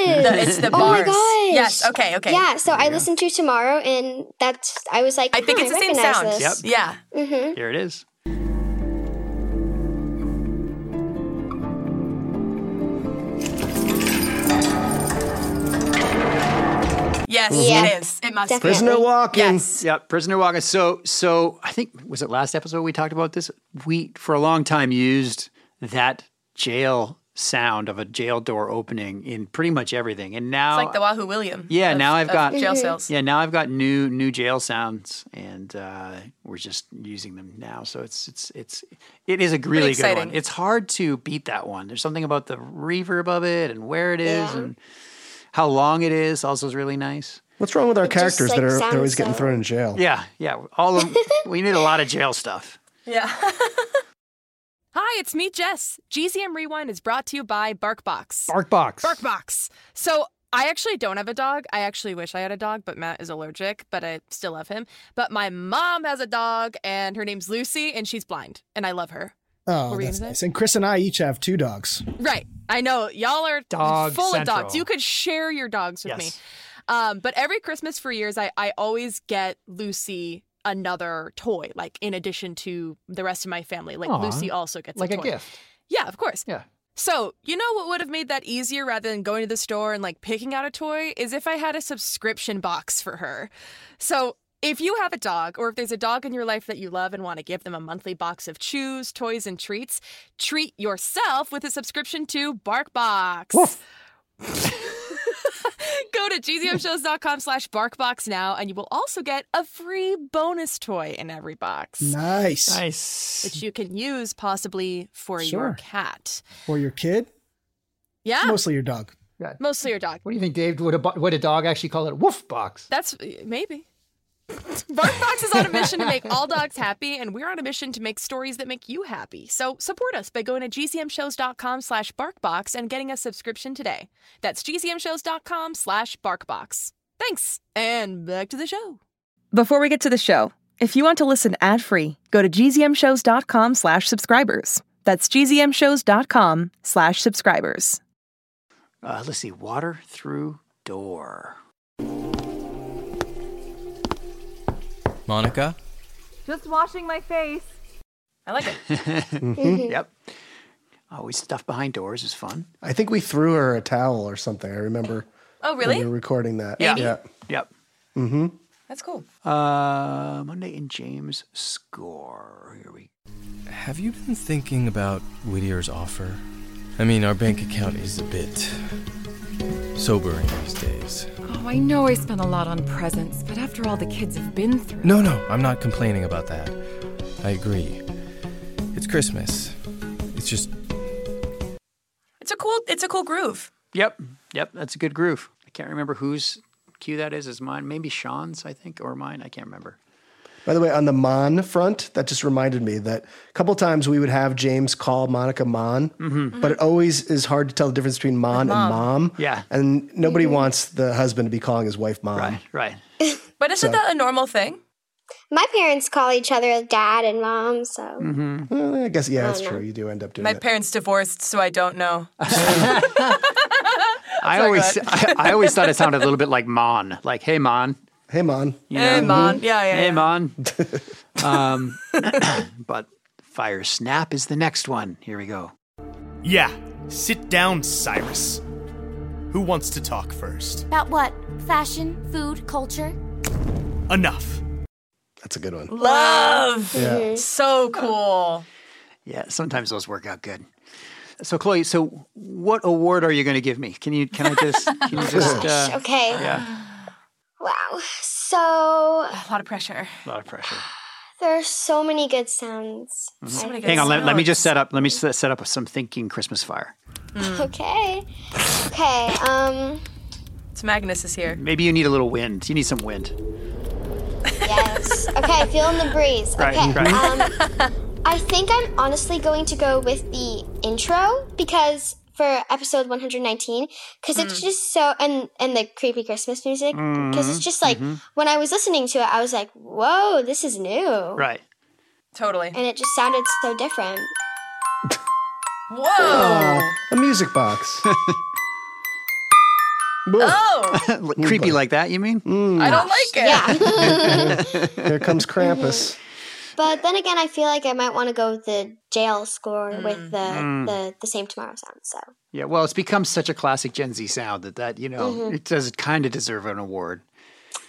Speaker 9: It is.
Speaker 5: The- it's the
Speaker 9: oh my
Speaker 5: bars.
Speaker 9: gosh.
Speaker 5: Yes. Okay. Okay.
Speaker 9: Yeah. So I listened to tomorrow, and that's. I Mm-hmm. was like,
Speaker 5: I think
Speaker 9: huh,
Speaker 5: it's the same
Speaker 9: recognize
Speaker 5: sound.
Speaker 9: This.
Speaker 8: Yep.
Speaker 5: Yeah.
Speaker 9: Mm-hmm.
Speaker 8: Here it is.
Speaker 13: Yes,
Speaker 8: Mm-hmm.
Speaker 13: it is. It must be.
Speaker 8: Prisoner walking.
Speaker 13: Yes.
Speaker 8: Yeah, prisoner walking. So so I think was it last episode we talked about this? We for a long time used that jail sound of a jail door opening in pretty much everything. And now
Speaker 13: It's like the Wahoo William.
Speaker 8: Yeah,
Speaker 13: of-
Speaker 8: now I've
Speaker 13: of
Speaker 8: got
Speaker 13: jail
Speaker 9: Mm-hmm.
Speaker 13: cells.
Speaker 8: Yeah, now I've got new new jail sounds, and uh, we're just using them now. So it's it's it's it is a really good one.
Speaker 13: exciting.
Speaker 8: It's hard to beat that one. There's something about the reverb of it and where it is and how long it is. Also, is really nice.
Speaker 7: What's wrong with our
Speaker 8: It just,
Speaker 7: characters
Speaker 8: like,
Speaker 7: that are they're
Speaker 8: sounds
Speaker 7: always getting
Speaker 8: so-
Speaker 7: thrown in jail?
Speaker 17: Oh,
Speaker 8: Yeah, yeah. All of we need a lot of jail stuff.
Speaker 13: Yeah.
Speaker 5: Hi, it's me, Jess. GZM Rewind is brought to you by BarkBox.
Speaker 8: Barkbox.
Speaker 5: BarkBox. So I actually don't have a dog. I actually wish I had a dog, but Matt is allergic, but I still love him. But my mom has a dog, and her name's Lucy, and she's blind, and I love her. What
Speaker 17: Oh,
Speaker 5: were you
Speaker 17: that's
Speaker 5: gonna
Speaker 17: nice. And Chris and I each have two dogs.
Speaker 5: Right. I know y'all are
Speaker 17: Dog
Speaker 5: full of dogs.
Speaker 17: central.
Speaker 5: You could share your dogs with me.
Speaker 17: Yes.
Speaker 5: Um, but every Christmas for years, I, I always get Lucy another toy, like in addition to the rest of my family. Like
Speaker 8: Aw.
Speaker 5: Lucy also gets
Speaker 8: Like
Speaker 5: a
Speaker 8: a
Speaker 5: toy.
Speaker 8: gift.
Speaker 5: Yeah, of course.
Speaker 8: Yeah.
Speaker 5: So, you know what would have made that easier rather than going to the store and like picking out a toy is if I had a subscription box for her. So, if you have a dog or if there's a dog in your life that you love and want to give them a monthly box of chews, toys, and treats, treat yourself with a subscription to BarkBox. Go to gzmshows.com slash barkbox now and you will also get a free bonus toy in every box.
Speaker 17: Nice.
Speaker 8: Nice.
Speaker 5: Which you can use possibly for your
Speaker 17: Sure.
Speaker 5: cat.
Speaker 17: Or your kid?
Speaker 5: Yeah.
Speaker 17: Mostly your dog.
Speaker 5: Mostly your dog.
Speaker 8: What do you think, Dave? Would a bo- would a dog actually call it? Woof box.
Speaker 5: That's uh, maybe. BarkBox is on a mission to make all dogs happy, and we're on a mission to make stories that make you happy. So support us by going to gcmshows.com slash barkbox and getting a subscription today. That's gcmshows.com slash barkbox. Thanks, and back to the show.
Speaker 13: Before we get to the show, if you want to listen ad-free, go to gzmshows.com slash subscribers. That's gzmshows.com slash subscribers.
Speaker 8: Uh, let's see. Water through door.
Speaker 6: Monica?
Speaker 18: Just washing my face.
Speaker 13: I like it.
Speaker 18: Mm-hmm.
Speaker 17: Mhm.
Speaker 8: Yep. Always Oh, stuff behind doors is fun.
Speaker 7: I think we threw her a towel or something. I remember.
Speaker 13: Oh,
Speaker 7: when
Speaker 13: really?
Speaker 7: we were recording that.
Speaker 8: Yeah.
Speaker 7: Yeah.
Speaker 8: Yep.
Speaker 7: Mm-hmm.
Speaker 13: That's cool.
Speaker 8: Uh, Monday and James score. Here we
Speaker 6: Have you been thinking about Whittier's offer? I mean, our bank account is a bit sobering these days.
Speaker 18: Oh, I know I spent a lot on presents, but after all the kids have been through.
Speaker 6: No, no, I'm not complaining about that. I agree. It's Christmas. It's just
Speaker 13: It's a cool it's a cool groove.
Speaker 8: Yep. Yep. That's a good groove. I can't remember whose cue that is. Is mine? Maybe Sean's, I think, or mine. I can't remember.
Speaker 7: By the way, on the Mon front, that just reminded me that a couple times we would have James call Monica Mon,
Speaker 8: Mhm.
Speaker 7: but it always is hard to tell the difference between Mon and
Speaker 13: Mom.
Speaker 7: Mom.
Speaker 8: Yeah.
Speaker 7: And nobody wants the husband to be calling his wife Mom. Right,
Speaker 8: right.
Speaker 13: But isn't
Speaker 7: So-
Speaker 13: that a normal thing?
Speaker 9: My parents call each other dad and mom, so.
Speaker 7: Mm-hmm. Well, I guess, yeah,
Speaker 9: I
Speaker 7: that's
Speaker 9: don't know.
Speaker 7: true. You do end up doing
Speaker 13: Oh, My
Speaker 7: it.
Speaker 13: parents divorced, so I don't know.
Speaker 8: I
Speaker 13: Sorry,
Speaker 8: always,
Speaker 13: go
Speaker 8: I,
Speaker 13: ahead.
Speaker 8: I always thought it sounded a little bit like Mon, like Hey Mon.
Speaker 7: Hey Mon.
Speaker 13: Hey, Mon. Yeah, yeah,
Speaker 8: Hey
Speaker 13: yeah.
Speaker 8: Mon. um, but fire snap is the next one. Here we go.
Speaker 15: Yeah, sit down, Cyrus. Who wants to talk first?
Speaker 12: About what? Fashion, food, culture?
Speaker 15: Enough.
Speaker 7: That's a good one.
Speaker 13: Love.
Speaker 8: Yeah.
Speaker 13: So cool.
Speaker 8: Yeah, sometimes those work out good. So Chloe, so what award are you going to give me? Can you can I just can you just uh,
Speaker 9: Okay.
Speaker 8: Yeah,
Speaker 9: Wow. So
Speaker 13: A lot of pressure.
Speaker 8: a lot of pressure.
Speaker 9: there are so many good sounds.
Speaker 8: Mhm.
Speaker 9: I
Speaker 8: Hang on, let, let me just
Speaker 9: think.
Speaker 8: set up. Let me set, set up some thinking Christmas fire.
Speaker 13: Mm.
Speaker 9: Okay. Okay. Um.
Speaker 13: It's Magnus is here.
Speaker 8: Maybe you need a little wind. You need some wind.
Speaker 9: Yes. Okay. Feeling the breeze.
Speaker 8: Right,
Speaker 9: Okay.
Speaker 8: right.
Speaker 9: Um. I think I'm honestly going to go with the intro because for episode 119 because
Speaker 13: Mm.
Speaker 9: it's just so and and the creepy Christmas music because it's just like
Speaker 8: Mhm.
Speaker 9: when I was listening to it I was like whoa this is new
Speaker 8: Right.
Speaker 13: Totally.
Speaker 9: and it just sounded so different.
Speaker 13: Whoa.
Speaker 7: Aw, a music box.
Speaker 13: Oh.
Speaker 8: Creepy like that, you mean?
Speaker 13: I don't
Speaker 8: Mm.
Speaker 13: like it.
Speaker 9: Yeah.
Speaker 7: There comes Krampus.
Speaker 9: but then again, I feel like I might want to go with the jail score with the,
Speaker 8: Mm.
Speaker 9: the the same tomorrow sound. So
Speaker 8: Yeah. Well, it's become such a classic Gen Z sound that that you know
Speaker 9: Mhm.
Speaker 8: it does kind of deserve an award.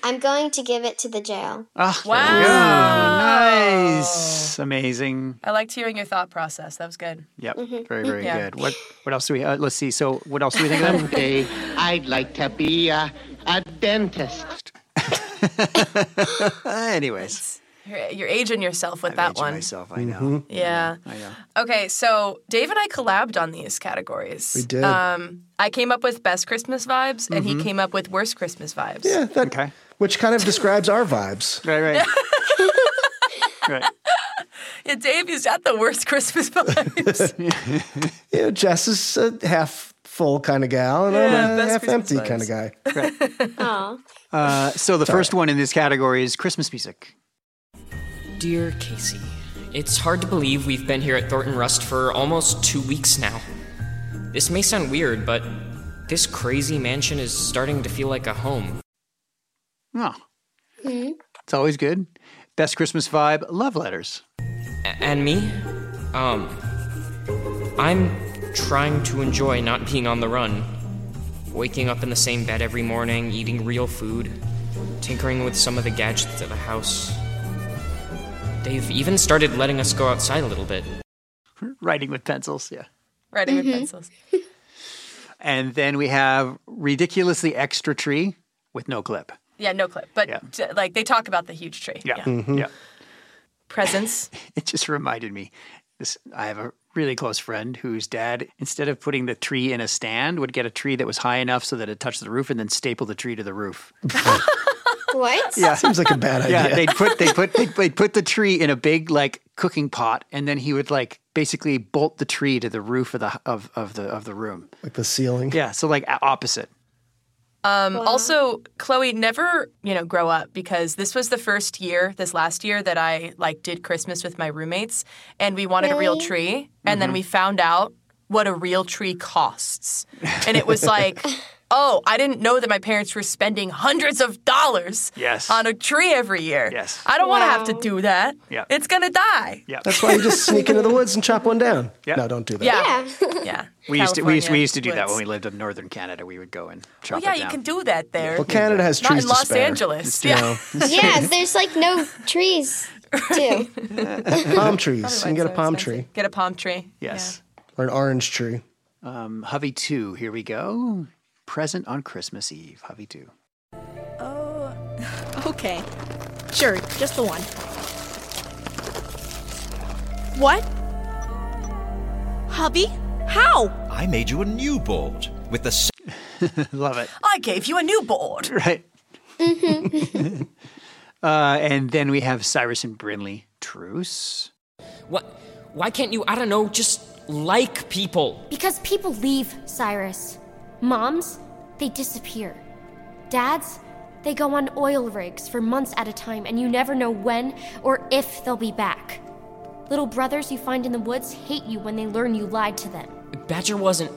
Speaker 9: I'm going to give it to the jail.
Speaker 8: Ah, there
Speaker 5: Wow.
Speaker 8: we go. Nice. Amazing.
Speaker 5: I liked hearing your thought process. That was good.
Speaker 8: Yep. Very, very
Speaker 5: Mm-hmm. Yeah.
Speaker 8: good. What what else do we uh, let's see. So what else do we think of them?
Speaker 19: Someday, I'd like to be a, a dentist.
Speaker 8: Anyways.
Speaker 5: You're, you're aging yourself with that one.
Speaker 8: myself, I know.
Speaker 7: Mm-hmm.
Speaker 5: Yeah.
Speaker 8: I know.
Speaker 5: Okay, so Dave and I collabed on these categories.
Speaker 7: We did.
Speaker 5: Um, I came up with best Christmas vibes, and he
Speaker 7: Mhm.
Speaker 5: came up with worst Christmas vibes.
Speaker 7: Yeah, that, which kind of describes our vibes.
Speaker 8: Right, right.
Speaker 5: Yeah, Dave, is that the worst Christmas vibes?
Speaker 7: you know, Jess is a half full kind of gal, and
Speaker 8: Yeah,
Speaker 7: I'm a
Speaker 8: best
Speaker 7: half
Speaker 8: Christmas
Speaker 7: empty
Speaker 8: vibes.
Speaker 7: kind of guy.
Speaker 8: Uh, so the
Speaker 7: Sorry.
Speaker 8: first one in this category is Christmas music.
Speaker 13: Dear Casey, it's hard to believe we've been here at Thornton Rust for almost two weeks now. This may sound weird, but this crazy mansion is starting to feel like a home.
Speaker 8: Oh,
Speaker 5: Mm-hmm.
Speaker 8: it's always good. Best Christmas vibe, love letters.
Speaker 13: A- and me? Um, I'm trying to enjoy not being on the run. Waking up in the same bed every morning, eating real food, tinkering with some of the gadgets of the house. They've even started letting us go outside a little bit.
Speaker 8: Writing with pencils, yeah.
Speaker 5: Writing with pencils.
Speaker 8: And then we have ridiculously extra tree with no clip.
Speaker 5: Yeah, no clip. But t- like they talk about the huge tree.
Speaker 8: Yeah.
Speaker 7: Mm-hmm.
Speaker 8: Yeah.
Speaker 5: Presents.
Speaker 8: it just reminded me. This I have a really close friend whose dad, instead of putting the tree in a stand, would get a tree that was high enough so that it touched the roof and then staple the tree to the roof.
Speaker 9: What?
Speaker 8: Yeah, they'd put they put they'd, they'd put the tree in a big like cooking pot, and then he would like basically bolt the tree to the roof of the of, of the of the room.
Speaker 7: Like the ceiling.
Speaker 8: Yeah, so like a- opposite.
Speaker 5: Um, Also, Chloe, never you know grow up because this was the first year, this last year that I like did Christmas with my roommates, and we wanted a real
Speaker 13: Really?
Speaker 5: tree, and
Speaker 8: Mm-hmm.
Speaker 5: then we found out what a real tree costs, and it was like. Oh, I didn't know that my parents were spending hundreds of dollars
Speaker 8: Yes.
Speaker 5: on a tree every year.
Speaker 8: Yes.
Speaker 5: I don't want to have to do that.
Speaker 8: Yeah.
Speaker 5: It's going to die.
Speaker 8: Yeah.
Speaker 7: That's why you just sneak into the woods and chop one down.
Speaker 8: Yeah.
Speaker 7: No, don't do that.
Speaker 5: Yeah. Yeah.
Speaker 8: We used to we used to,
Speaker 5: California
Speaker 8: we used to do that when
Speaker 5: woods.
Speaker 8: we lived in northern Canada. We would go and chop
Speaker 5: Well, yeah,
Speaker 8: it
Speaker 5: you
Speaker 8: down.
Speaker 5: can do that there.
Speaker 7: Well, Canada has
Speaker 5: Not
Speaker 7: trees
Speaker 5: in
Speaker 7: to
Speaker 5: Los
Speaker 7: spare.
Speaker 5: Angeles.
Speaker 7: It's, you
Speaker 5: Yeah.
Speaker 7: know,
Speaker 9: yeah, there's like no trees, too.
Speaker 7: palm trees. You can get a palm tree
Speaker 5: Get a palm tree.
Speaker 8: Yes.
Speaker 7: or an orange tree.
Speaker 8: Um, Hovey two, here we go. Present on Christmas Eve, Hovey two.
Speaker 20: Okay. Sure, just the one. What? Hubby? How?
Speaker 2: I made you a new board with the. s-
Speaker 8: Love it.
Speaker 5: I gave you a new board.
Speaker 8: Right. Uh, and then we have Cyrus and Brinley truce.
Speaker 13: What? Why can't you? I don't know. Just like people.
Speaker 12: Because people leave, Cyrus. Moms, they disappear. Dads, they go on oil rigs for months at a time, and you never know when or if they'll be back. Little brothers you find in the woods hate you when they learn you lied to them.
Speaker 13: Badger wasn't.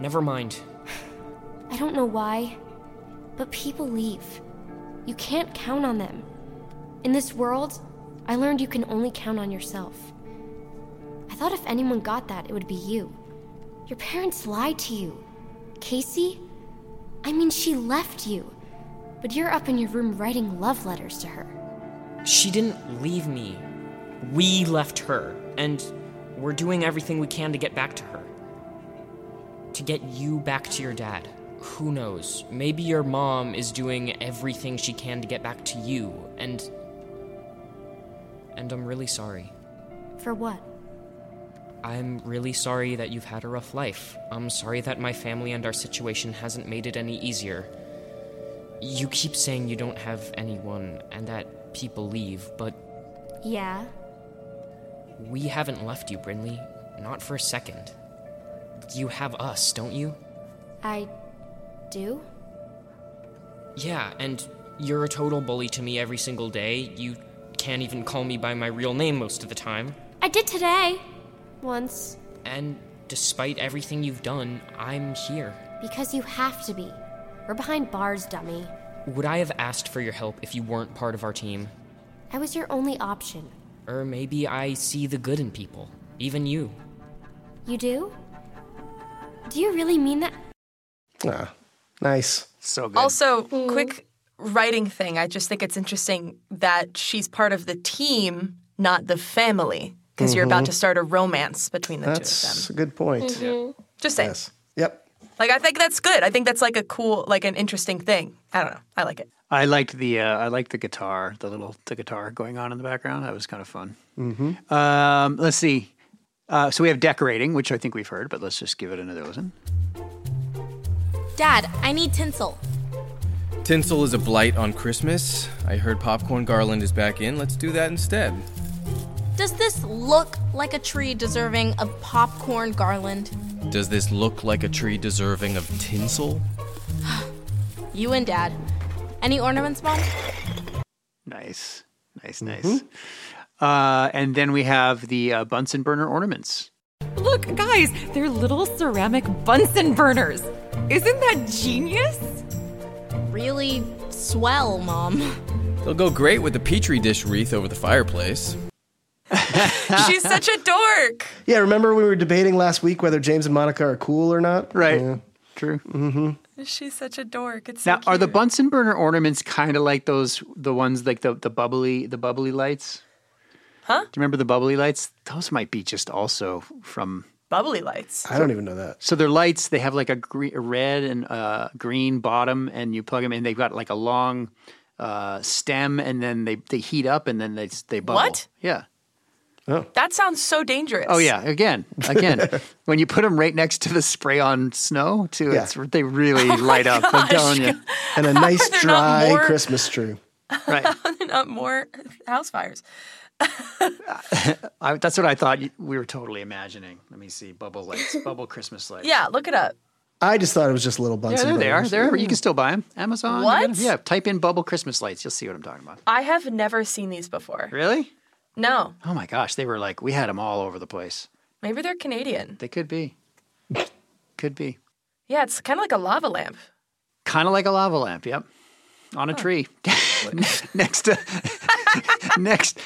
Speaker 13: Never mind.
Speaker 12: I don't know why, but people leave. You can't count on them. In this world, I learned you can only count on yourself. I thought if anyone got that, it would be you. Your parents lied to you. Casey? I mean, she left you. But you're up in your room writing love letters to her.
Speaker 13: She didn't leave me. We left her, and we're doing everything we can to get back to her. To get you back to your dad. Who knows? Maybe your mom is doing everything she can to get back to you, and. And I'm really sorry.
Speaker 12: For what?
Speaker 13: I'm really sorry that you've had a rough life. I'm sorry that my family and our situation hasn't made it any easier. You keep saying you don't have anyone and that people leave, but
Speaker 12: Yeah.
Speaker 13: we haven't left you, Brinley. Not for a second. You have us, don't you?
Speaker 12: I. do?
Speaker 13: Yeah, and you're a total bully to me every single day. You can't even call me by my real name most of the time.
Speaker 12: I did today! Once.
Speaker 13: And despite everything you've done, I'm here.
Speaker 12: Because you have to be. We're behind bars, dummy.
Speaker 13: Would I have asked for your help if you weren't part of our team?
Speaker 12: I was your only option.
Speaker 13: Or maybe I see the good in people, even you.
Speaker 12: You do? Do you really mean that?
Speaker 7: Ah, nice.
Speaker 8: So
Speaker 5: Mm. Also, quick writing thing, I just think it's interesting that she's part of the team, not the family, because you're about
Speaker 7: Mhm.
Speaker 5: to start a romance between the two of them.
Speaker 7: That's a good point.
Speaker 5: Mhm. Just saying.
Speaker 7: Yep.
Speaker 5: Like I think that's good. I think that's like a cool, like an interesting thing. I don't know. I like it.
Speaker 8: I liked the uh, I liked the guitar, the little the guitar going on in the background. That was kind of fun.
Speaker 7: Mm-hmm.
Speaker 8: Um, let's see. Uh, so we have decorating, which I think we've heard, but let's just give it another listen.
Speaker 16: Dad, I need tinsel.
Speaker 6: Tinsel is a blight on Christmas. I heard popcorn garland is back in. Let's do that instead.
Speaker 16: Does this look like a tree deserving of popcorn garland?
Speaker 6: Does this look like a tree deserving of tinsel?
Speaker 16: You and Dad. Any ornaments, Mom?
Speaker 8: Nice, nice, nice.
Speaker 7: Mm-hmm.
Speaker 8: Uh, and then we have the uh, Bunsen burner ornaments.
Speaker 18: Look, guys, they're little ceramic Bunsen burners. Isn't that genius?
Speaker 16: Really swell, Mom.
Speaker 6: They'll go great with the petri dish wreath over the fireplace.
Speaker 5: She's such a dork.
Speaker 7: Yeah, remember we were debating last week whether James and Monica are cool or not?
Speaker 8: Right. True.
Speaker 7: Mm-hmm.
Speaker 5: She's such a dork. It's
Speaker 8: now, are the Bunsen burner ornaments kind of like those the ones like the the bubbly the bubbly lights?
Speaker 5: Huh?
Speaker 8: Do you remember the bubbly lights? Those might be just also from
Speaker 5: bubbly lights.
Speaker 7: I don't even know that.
Speaker 8: So they're lights. They have like a, gre- a red and uh, green bottom, and you plug them in. They've got like a long uh, stem, and then they, they heat up, and then they s- they bubble.
Speaker 5: What?
Speaker 8: Yeah.
Speaker 7: Oh.
Speaker 5: That sounds so dangerous.
Speaker 8: Oh yeah. Again, again. when you put them right next to the spray on snow, too,
Speaker 7: Yeah.
Speaker 8: it's, they really light up. I'm
Speaker 5: Oh gosh.
Speaker 8: telling you.
Speaker 7: And a nice
Speaker 5: They're not
Speaker 7: dry
Speaker 5: more-
Speaker 7: Christmas tree.
Speaker 8: Right.
Speaker 5: Not uh, more house fires.
Speaker 8: I, that's what I thought you- we were totally imagining. Let me see. Bubble lights. Bubble Christmas lights.
Speaker 5: Yeah, look it up.
Speaker 7: I just thought it was just little
Speaker 8: Yeah,
Speaker 7: Bunsen
Speaker 8: there they are.
Speaker 7: burners.
Speaker 8: There you can still buy them. Amazon. you get 'em.
Speaker 5: What?
Speaker 8: Yeah, type in bubble Christmas lights. You'll see what I'm talking about.
Speaker 5: I have never seen these before.
Speaker 8: Really?
Speaker 5: No,
Speaker 8: Oh my gosh, they were like we had them all over the place.
Speaker 5: maybe they're Canadian.
Speaker 8: They could be. Could be.
Speaker 5: Yeah, it's kind of like a lava lamp.
Speaker 8: Kind of like a lava lamp, yep. On a tree. next to next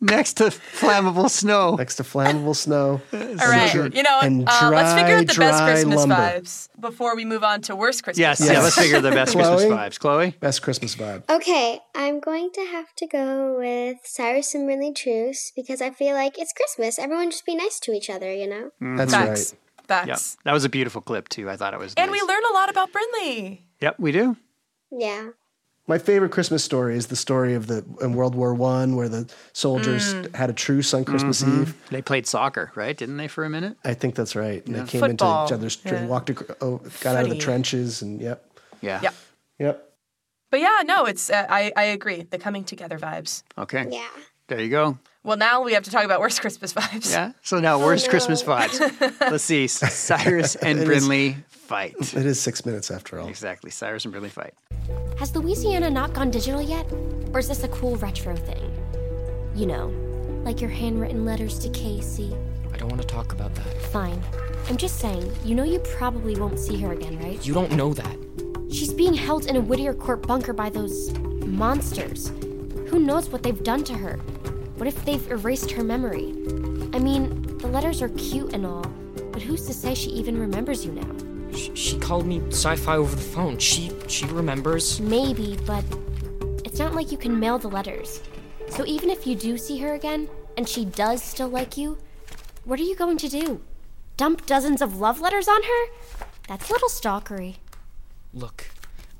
Speaker 8: next to flammable snow.
Speaker 7: Next to flammable snow.
Speaker 8: All
Speaker 5: All right, you know, uh, let's figure out the best Christmas
Speaker 7: vibe.
Speaker 5: vibes before we move on to worst Christmas.
Speaker 8: Yes,
Speaker 5: vibes.
Speaker 8: yeah, let's figure the best Christmas
Speaker 7: Chloe?
Speaker 8: vibes. Chloe?
Speaker 7: Best Christmas vibe.
Speaker 9: Okay, I'm going to have to go with Cyrus and Really Truce because I feel like it's Christmas. Everyone just be nice to each other, you know?
Speaker 8: Mm.
Speaker 7: That's
Speaker 5: Facts.
Speaker 8: right.
Speaker 5: Facts.
Speaker 8: Yep. Mm-hmm. That was a beautiful clip too. I thought it was
Speaker 5: And
Speaker 8: nice.
Speaker 5: we learn a lot about Brinley.
Speaker 8: Yep, we do.
Speaker 9: Yeah.
Speaker 7: My favorite Christmas story is the story of the in World War One where the soldiers
Speaker 8: Mm.
Speaker 7: had a truce on Christmas
Speaker 8: Mhm.
Speaker 7: Eve.
Speaker 8: They played soccer, right? Didn't they for a minute?
Speaker 7: I think that's right. And
Speaker 8: Yeah.
Speaker 7: they came
Speaker 8: Football,
Speaker 7: into each other's,
Speaker 8: yeah.
Speaker 7: walked, ac- oh, got out of the
Speaker 5: Funny.
Speaker 7: trenches, and yep,
Speaker 8: Yeah.
Speaker 5: Yeah.
Speaker 7: yep.
Speaker 5: But yeah, no, it's uh, I I agree. The coming together vibes.
Speaker 8: Okay.
Speaker 5: Yeah.
Speaker 8: There you go.
Speaker 5: Well, now we have to talk about worst Christmas vibes.
Speaker 8: Yeah. So now worst Christmas vibes. Let's see. Cyrus and
Speaker 7: Oh, It is-
Speaker 8: Brinley fight.
Speaker 7: It is six minutes after all.
Speaker 8: Exactly. Cyrus and Brinley fight.
Speaker 12: Has Louisiana not gone digital yet? Or is this a cool retro thing? You know, like your handwritten letters to Casey.
Speaker 13: I don't want to talk about that.
Speaker 12: Fine. I'm just saying, you know you probably won't see her again, right?
Speaker 13: You don't know that.
Speaker 12: She's being held in a Whittier Court bunker by those monsters. Who knows what they've done to her? What if they've erased her memory? I mean, the letters are cute and all, but who's to say she even remembers you now?
Speaker 13: She, she called me sci-fi over the phone. She she remembers.
Speaker 12: Maybe, but it's not like you can mail the letters. So even if you do see her again, and she does still like you, what are you going to do? Dump dozens of love letters on her? That's a little stalkery.
Speaker 13: Look,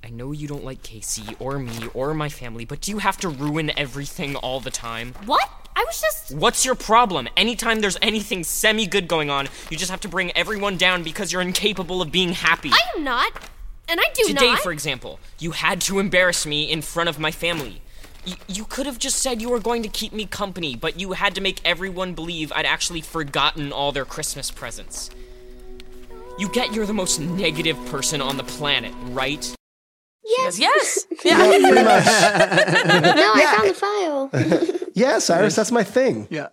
Speaker 13: I know you don't like Casey or me or my family, but do you have to ruin everything all the time?
Speaker 12: What? I was just
Speaker 13: What's your problem? Anytime there's anything semi good going on, you just have to bring everyone down because you're incapable of being happy.
Speaker 12: I am not, and I do
Speaker 13: Today,
Speaker 12: not.
Speaker 13: for example, you had to embarrass me in front of my family. You, you could have just said you were going to keep me company, but you had to make everyone believe I'd actually forgotten all their Christmas presents. You get you're the most negative person on the planet, right?
Speaker 5: Yes. Yes.
Speaker 7: Yeah, pretty much.
Speaker 9: no, I
Speaker 7: Yeah.
Speaker 9: found the file.
Speaker 7: yeah, Cyrus, that's my thing.
Speaker 8: Yeah.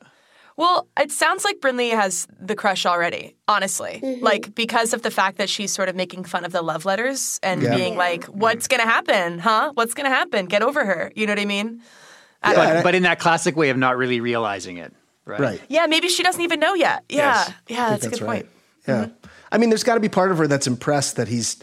Speaker 5: Well, it sounds like Brinley has the crush already, honestly.
Speaker 9: Mhm.
Speaker 5: Like, because of the fact that she's sort of making fun of the love letters and
Speaker 7: Yeah.
Speaker 5: being like, what's going to happen? Huh? What's going to happen? Get over her. You know what I mean? I don't
Speaker 8: But,
Speaker 5: know.
Speaker 8: but in that classic way of not really realizing it. Right.
Speaker 7: Right.
Speaker 5: yeah, maybe she doesn't even know yet. Yeah.
Speaker 7: Yes.
Speaker 5: Yeah,
Speaker 7: I
Speaker 5: that's,
Speaker 7: think
Speaker 5: a good
Speaker 7: right.
Speaker 5: point. Mm-hmm.
Speaker 7: Yeah. I mean, there's got to be part of her that's impressed that he's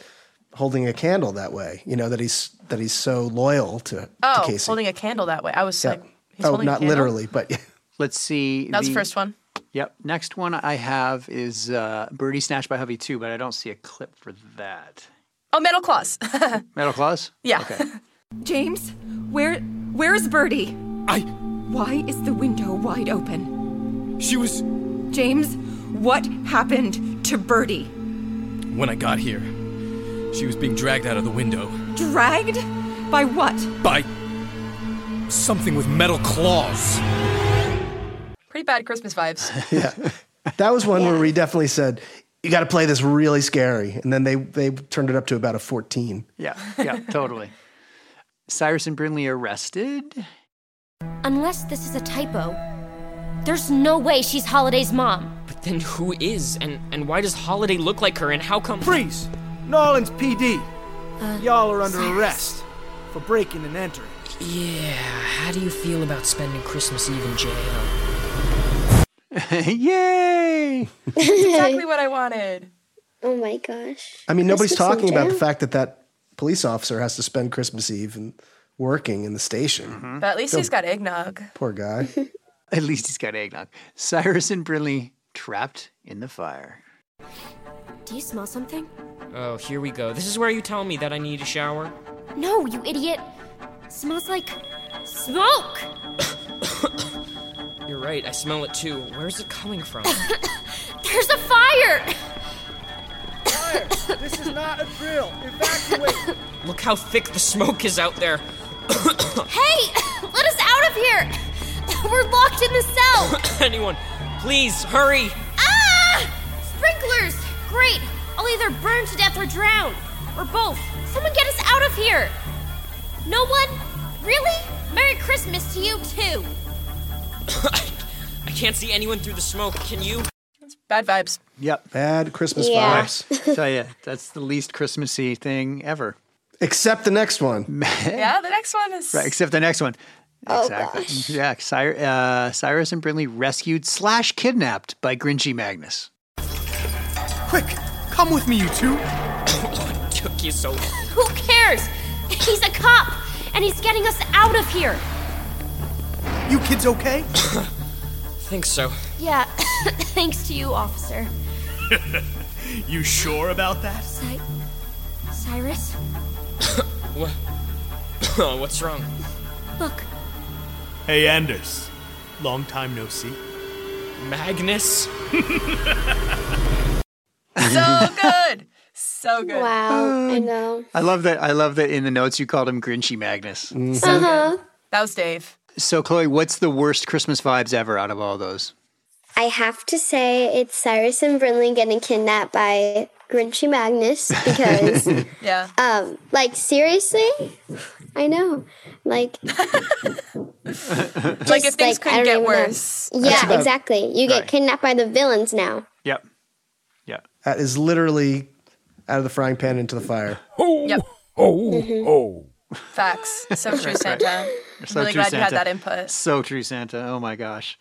Speaker 7: holding a candle that way. You know that he's that he's so loyal to,
Speaker 5: Oh,
Speaker 7: to Casey.
Speaker 5: holding a candle that way. I was
Speaker 7: Yeah.
Speaker 5: like, he's
Speaker 7: oh,
Speaker 5: holding a
Speaker 7: not
Speaker 5: candle?
Speaker 7: literally, but yeah.
Speaker 8: Let's see.
Speaker 5: That was the first one.
Speaker 8: Yep. Next one I have is uh, Birdie Snatched by Hubby 2, but I don't see a clip for that.
Speaker 5: Oh, metal claws.
Speaker 8: Metal Claws?
Speaker 5: Yeah.
Speaker 8: Okay.
Speaker 18: James, where where's Birdie? I Why is the window wide open?
Speaker 6: She was
Speaker 18: James, what happened to Birdie?
Speaker 6: when I got here. She was being dragged out of the window
Speaker 18: Dragged by what?
Speaker 6: by something with metal claws.
Speaker 5: Pretty bad Christmas vibes.
Speaker 7: yeah. That was one where we definitely said, you got to play this really scary. And then they, they turned it up to about a 14.
Speaker 8: Yeah. Yeah, totally. Cyrus and Brinley arrested.
Speaker 12: Unless this is a typo, there's no way she's Holiday's mom.
Speaker 13: But then who is? And and why does Holiday look like her? And how come?
Speaker 15: Freeze! Nolans PD!
Speaker 13: Uh,
Speaker 15: Y'all are under arrest for breaking and entering.
Speaker 13: Yeah. How do you feel about spending Christmas Eve in jail?
Speaker 8: Yay!
Speaker 5: That's exactly what I wanted.
Speaker 9: Oh my gosh.
Speaker 7: I mean,
Speaker 9: Christmas
Speaker 7: nobody's
Speaker 9: in
Speaker 7: talking about the
Speaker 9: jail?
Speaker 7: fact that that police officer has to spend Christmas Eve and working in the station.
Speaker 8: Mm-hmm.
Speaker 5: But at least
Speaker 7: So-
Speaker 5: he's got eggnog.
Speaker 7: Poor guy.
Speaker 8: At least he's got eggnog. Cyrus and Brinley trapped in the fire.
Speaker 12: Do you smell something?
Speaker 13: Oh, here we go. This is where you tell me that I need a shower.
Speaker 12: No, you idiot. Smells like smoke.
Speaker 13: You're right. I smell it too. Where's it coming from?
Speaker 12: There's a fire.
Speaker 15: this is not a drill. Evacuate.
Speaker 13: Look how thick the smoke is out there.
Speaker 12: Hey, let us out of here. We're locked in the cell.
Speaker 13: Anyone, please hurry.
Speaker 12: ah! Sprinklers. Great. I'll either burn to death or drown, or both. Someone get us out of here. No one. Really? Merry Christmas to you too.
Speaker 13: I can't see anyone through the smoke. Can you?
Speaker 5: Bad vibes.
Speaker 8: Yep.
Speaker 7: Bad Christmas
Speaker 13: Yeah.
Speaker 7: vibes.
Speaker 8: Tell you, that's the least Christmassy thing ever.
Speaker 7: Except the next one.
Speaker 5: Yeah, the next one is.
Speaker 8: Right, except the next one.
Speaker 5: Oh,
Speaker 8: exactly. Yeah, Cyr- uh, Cyrus and Brinley rescued slash kidnapped by Grinchy Magnus.
Speaker 21: Quick, come with me, you two.
Speaker 13: Took you so long.
Speaker 12: Who cares? He's a cop, and he's getting us out of here.
Speaker 15: You kids okay?
Speaker 13: Think so.
Speaker 12: Yeah, thanks to you, officer.
Speaker 21: you sure about that?
Speaker 12: Cy- Cyrus,
Speaker 13: What? Uh, What's wrong?
Speaker 12: look.
Speaker 21: Hey, Anders. Long time no see.
Speaker 13: Magnus?
Speaker 5: So good. So good.
Speaker 9: Wow, I know.
Speaker 8: I love that. I love that in the notes you called him Grinchy Magnus.
Speaker 7: Mm-hmm.
Speaker 5: So
Speaker 8: Uh-huh.
Speaker 5: good. That was Dave.
Speaker 8: So, Chloe, what's the worst Christmas vibes ever out of all those?
Speaker 9: I have to say it's Cyrus and Brinley getting kidnapped by Grinchy Magnus because,
Speaker 5: yeah.
Speaker 9: um, like seriously, I know, like,
Speaker 5: like if things
Speaker 9: like, I
Speaker 5: couldn't
Speaker 9: don't
Speaker 5: get
Speaker 9: even know.
Speaker 5: worse.
Speaker 9: yeah,
Speaker 7: about-
Speaker 9: exactly. You get kidnapped by the villains now.
Speaker 8: Yep.
Speaker 7: That is literally out of the frying pan into the fire.
Speaker 5: Yep.
Speaker 15: Oh,
Speaker 5: Mm-hmm.
Speaker 15: oh.
Speaker 5: Facts. So true,
Speaker 8: Right, right.
Speaker 5: Santa.
Speaker 8: Mm-hmm. So
Speaker 5: really
Speaker 8: true,
Speaker 5: glad you had
Speaker 8: Santa.
Speaker 5: that input.
Speaker 8: So true, Santa. Oh my gosh.